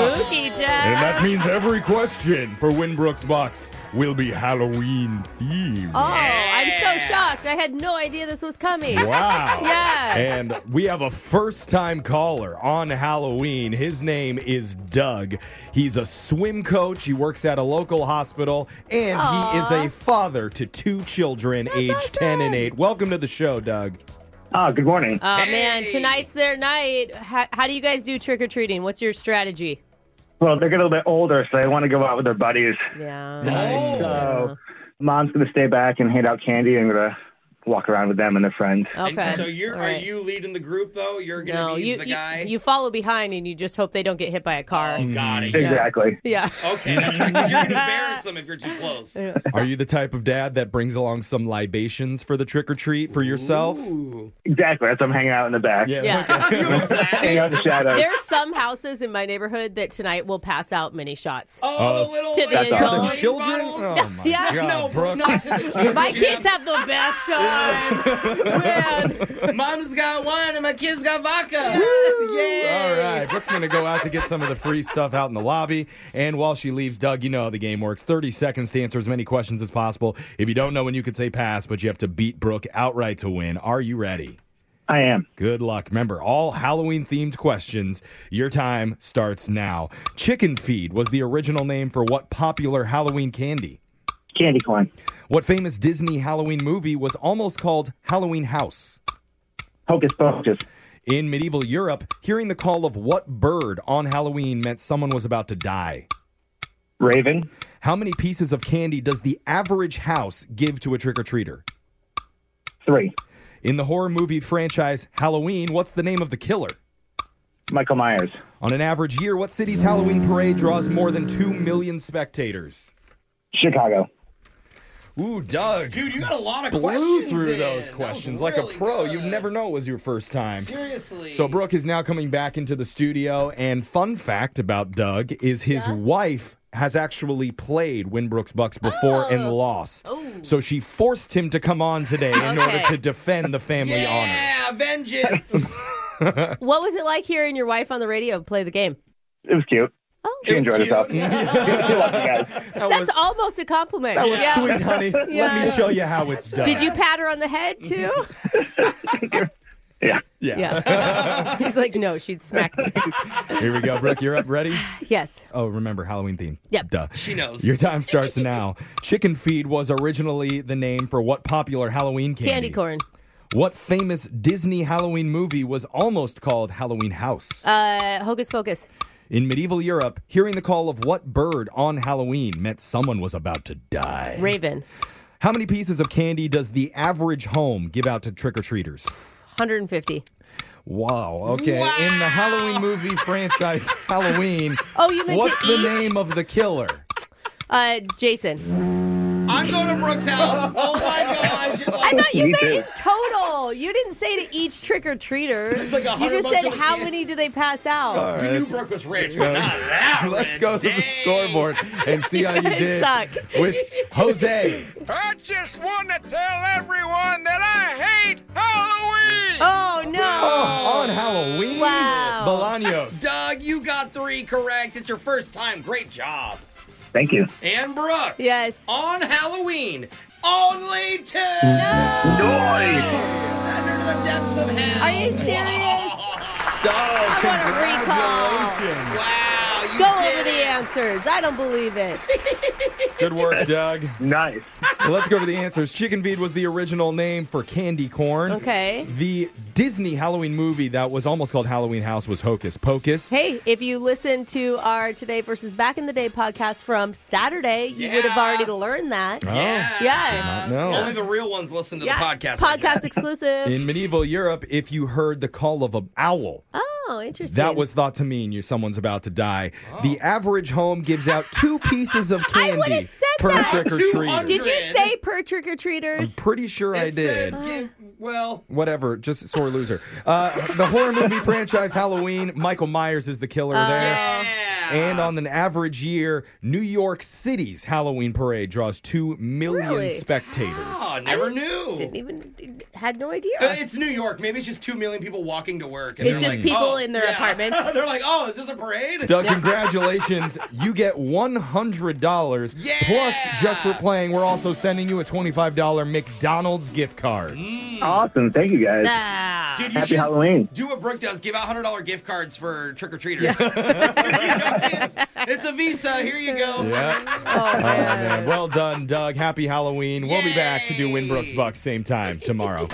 Spooky, Jeff.
And that means every question for Winbrook's Box will be Halloween themed.
Oh, I'm so shocked. I had no idea this was coming.
Wow.
yeah.
And we have a first time caller on Halloween. His name is Doug. He's a swim coach. He works at a local hospital and he is
Aw.
a father to two children aged 10 and 8. Welcome to the show, Doug.
Ah, good morning.
Oh man, tonight's their night. How, how do you guys do trick or treating? What's your strategy?
Well, they're getting a little bit older, so they want to go out with their buddies.
Yeah.
Oh.
So mom's gonna stay back and hand out candy, and gonna walk around with them and their friends.
Okay.
So you're
All
are
right.
you leading the group though? You're gonna
No,
be
you,
the
you
guy.
you follow behind and you just hope they don't get hit by a car.
Mm.
Oh, got it.
Exactly.
Yeah.
Okay, that's right. 'cause You're gonna embarrass them if you're too close.
Are you the type of dad that brings along some libations for the trick or treat for yourself?
Exactly. That's why I'm hanging out in the back.
Yeah.
hanging out in the shadows.
There's some houses in my neighborhood that tonight will pass out mini shots.
Uh,
Oh, the little
to the
That's awesome.
adults.
To the
children? Oh my
yeah.
God, No, Brooke. not
to the kids,
My
yeah.
kids have the best time.
Mom's got wine and my kids got vodka.
All
Yeah.
right, Brooke's going to go out to get some of the free stuff out in the lobby. And while she leaves, Doug, you know how the game works 30 seconds to answer as many questions as possible. If you don't know when you could say pass, but you have to beat Brooke outright to win. Are you ready?
I am.
Good luck. Remember, all Halloween themed questions. Your time starts now. Chicken feed was the original name for what popular Halloween candy?
Candy corn.
What famous Disney Halloween movie was almost called Halloween House?
Hocus pocus.
In medieval Europe, hearing the call of what bird on Halloween meant someone was about to die?
Raven.
How many pieces of candy does the average house give to a trick or treater?
Three.
In the horror movie franchise Halloween, what's the name of the killer?
Michael Myers.
On an average year, what city's Halloween parade draws more than 2 million spectators?
Chicago.
Ooh, Doug.
Dude, you got a lot of
blew
questions
through
in.
those
That was
questions like
really
a pro.
good.
You'd never know it was your first time.
Seriously.
So Brooke is now coming back into the studio, and fun fact about Doug is his wife has actually played Winbrooks Bucks before and
Oh.
lost. So she forced him to come on today in order
Okay.
to defend the family
Yeah, vengeance.
honor.
What was it like hearing your wife on the radio play the game?
It was cute.
Oh.
she enjoyed herself.
That's almost a compliment.
That was sweet, honey. Let me show you how it's done.
Did you pat her on the head too?
Mm-hmm. Yeah.
yeah. He's like, no, she'd smack me.
Here we go, Brooke. You're up. Ready?
Yes.
Oh, remember Halloween theme.
Yep.
Duh.
She knows.
Your time starts now. Chicken feed was originally the name for what popular Halloween candy?
Candy corn.
What famous Disney Halloween movie was almost called Halloween House?
Uh, Hocus Pocus.
In medieval Europe, hearing the call of what bird on Halloween meant someone was about to die?
Raven.
How many pieces of candy does the average home give out to trick or treaters?
150.
Wow. Okay.
Wow.
In the Halloween movie franchise Halloween,
Oh, you meant to
what's the
each?
name of the killer?
Uh, Jason.
I'm going to Brooke's house. Oh my gosh.
I thought you
Me
meant
too.
in total. You didn't say to each trick or treater. you
100
just
bucks
said
for the
how
can-
many do they pass out?
All right.
We knew Brooke was rich, but not that
Let's
rich.
go to the scoreboard and see how you
guys
did
suck.
with Jose.
I just want to tell everyone that I hate Halloween.
Oh
no!
Oh, on Halloween? Wow. Bolaños.
Doug, you got three correct. It's your first time. Great job.
Thank you.
And Brooke.
Yes.
On Halloween, only two. Send her to the depths of hell.
Are you serious?
Doug,
congratulations.
Wow. Oh, You
Go
did
over the answers. I don't believe it.
Good work, Doug.
nice.
Let's go to the answers. Chicken feed was the original name for candy corn.
Okay.
The Disney Halloween movie that was almost called Halloween House was Hocus Pocus.
Hey, if you listened to our Today versus Back in the Day podcast from Saturday, you would have already learned that.
Oh.
Yeah.
Did not know.
Only the real ones listen to
Yeah.
the podcast.
Podcast exclusive.
In medieval Europe, if you heard the call of an owl,
oh, interesting.
that was thought to mean you someone's about to die. The average home gives out two pieces of
I would
candy
have said
per
that.
trick or treat.
Did you say per trick or
I'm
treaters?
pretty sure I did.
well,
Whatever, just sore loser. Uh, the horror movie franchise Halloween, Michael Myers is the killer
Oh.
there. And on an average year, New York City's Halloween parade draws 2 million
Really?
spectators.
Oh, never knew.
Didn't even had no idea.
Uh, It's New York. Maybe it's just two million people walking to work. And
It's
they're
just
like,
people
oh,
in their
yeah.
apartments.
they're like, oh, is this a parade?
Doug, congratulations. You get $100. Plus, just for playing, we're also sending you a $25 McDonald's gift card.
Awesome. Thank you, guys.
Dude, Mm. Ah. you
Happy
should
Halloween.
Do what Brooke does. Give out hundred dollar gift cards for trick or treaters. it's a Visa. Here you go.
Yeah. Oh, man. Well done, Doug. Happy Halloween. We'll be back to do Winbrooks Bucks same time tomorrow.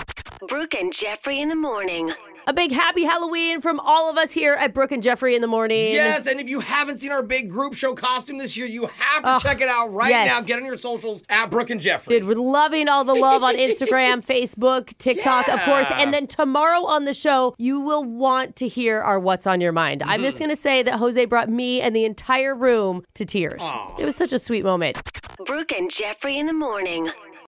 Brooke and Jeffrey in the morning.
A big happy Halloween from all of us here at Brooke and Jeffrey in the morning.
Yes, and if you haven't seen our big group show costume this year, you have to
Oh,
check it out right
yes.
now. Get on your socials at Brooke and Jeffrey.
Dude, we're loving all the love on Instagram, Facebook, TikTok, of course.
Yeah.
And then tomorrow on the show, you will want to hear our What's on Your Mind. I'm just going to say that Jose brought me and the entire room to tears. It was such a sweet moment.
Brooke and Jeffrey in the morning.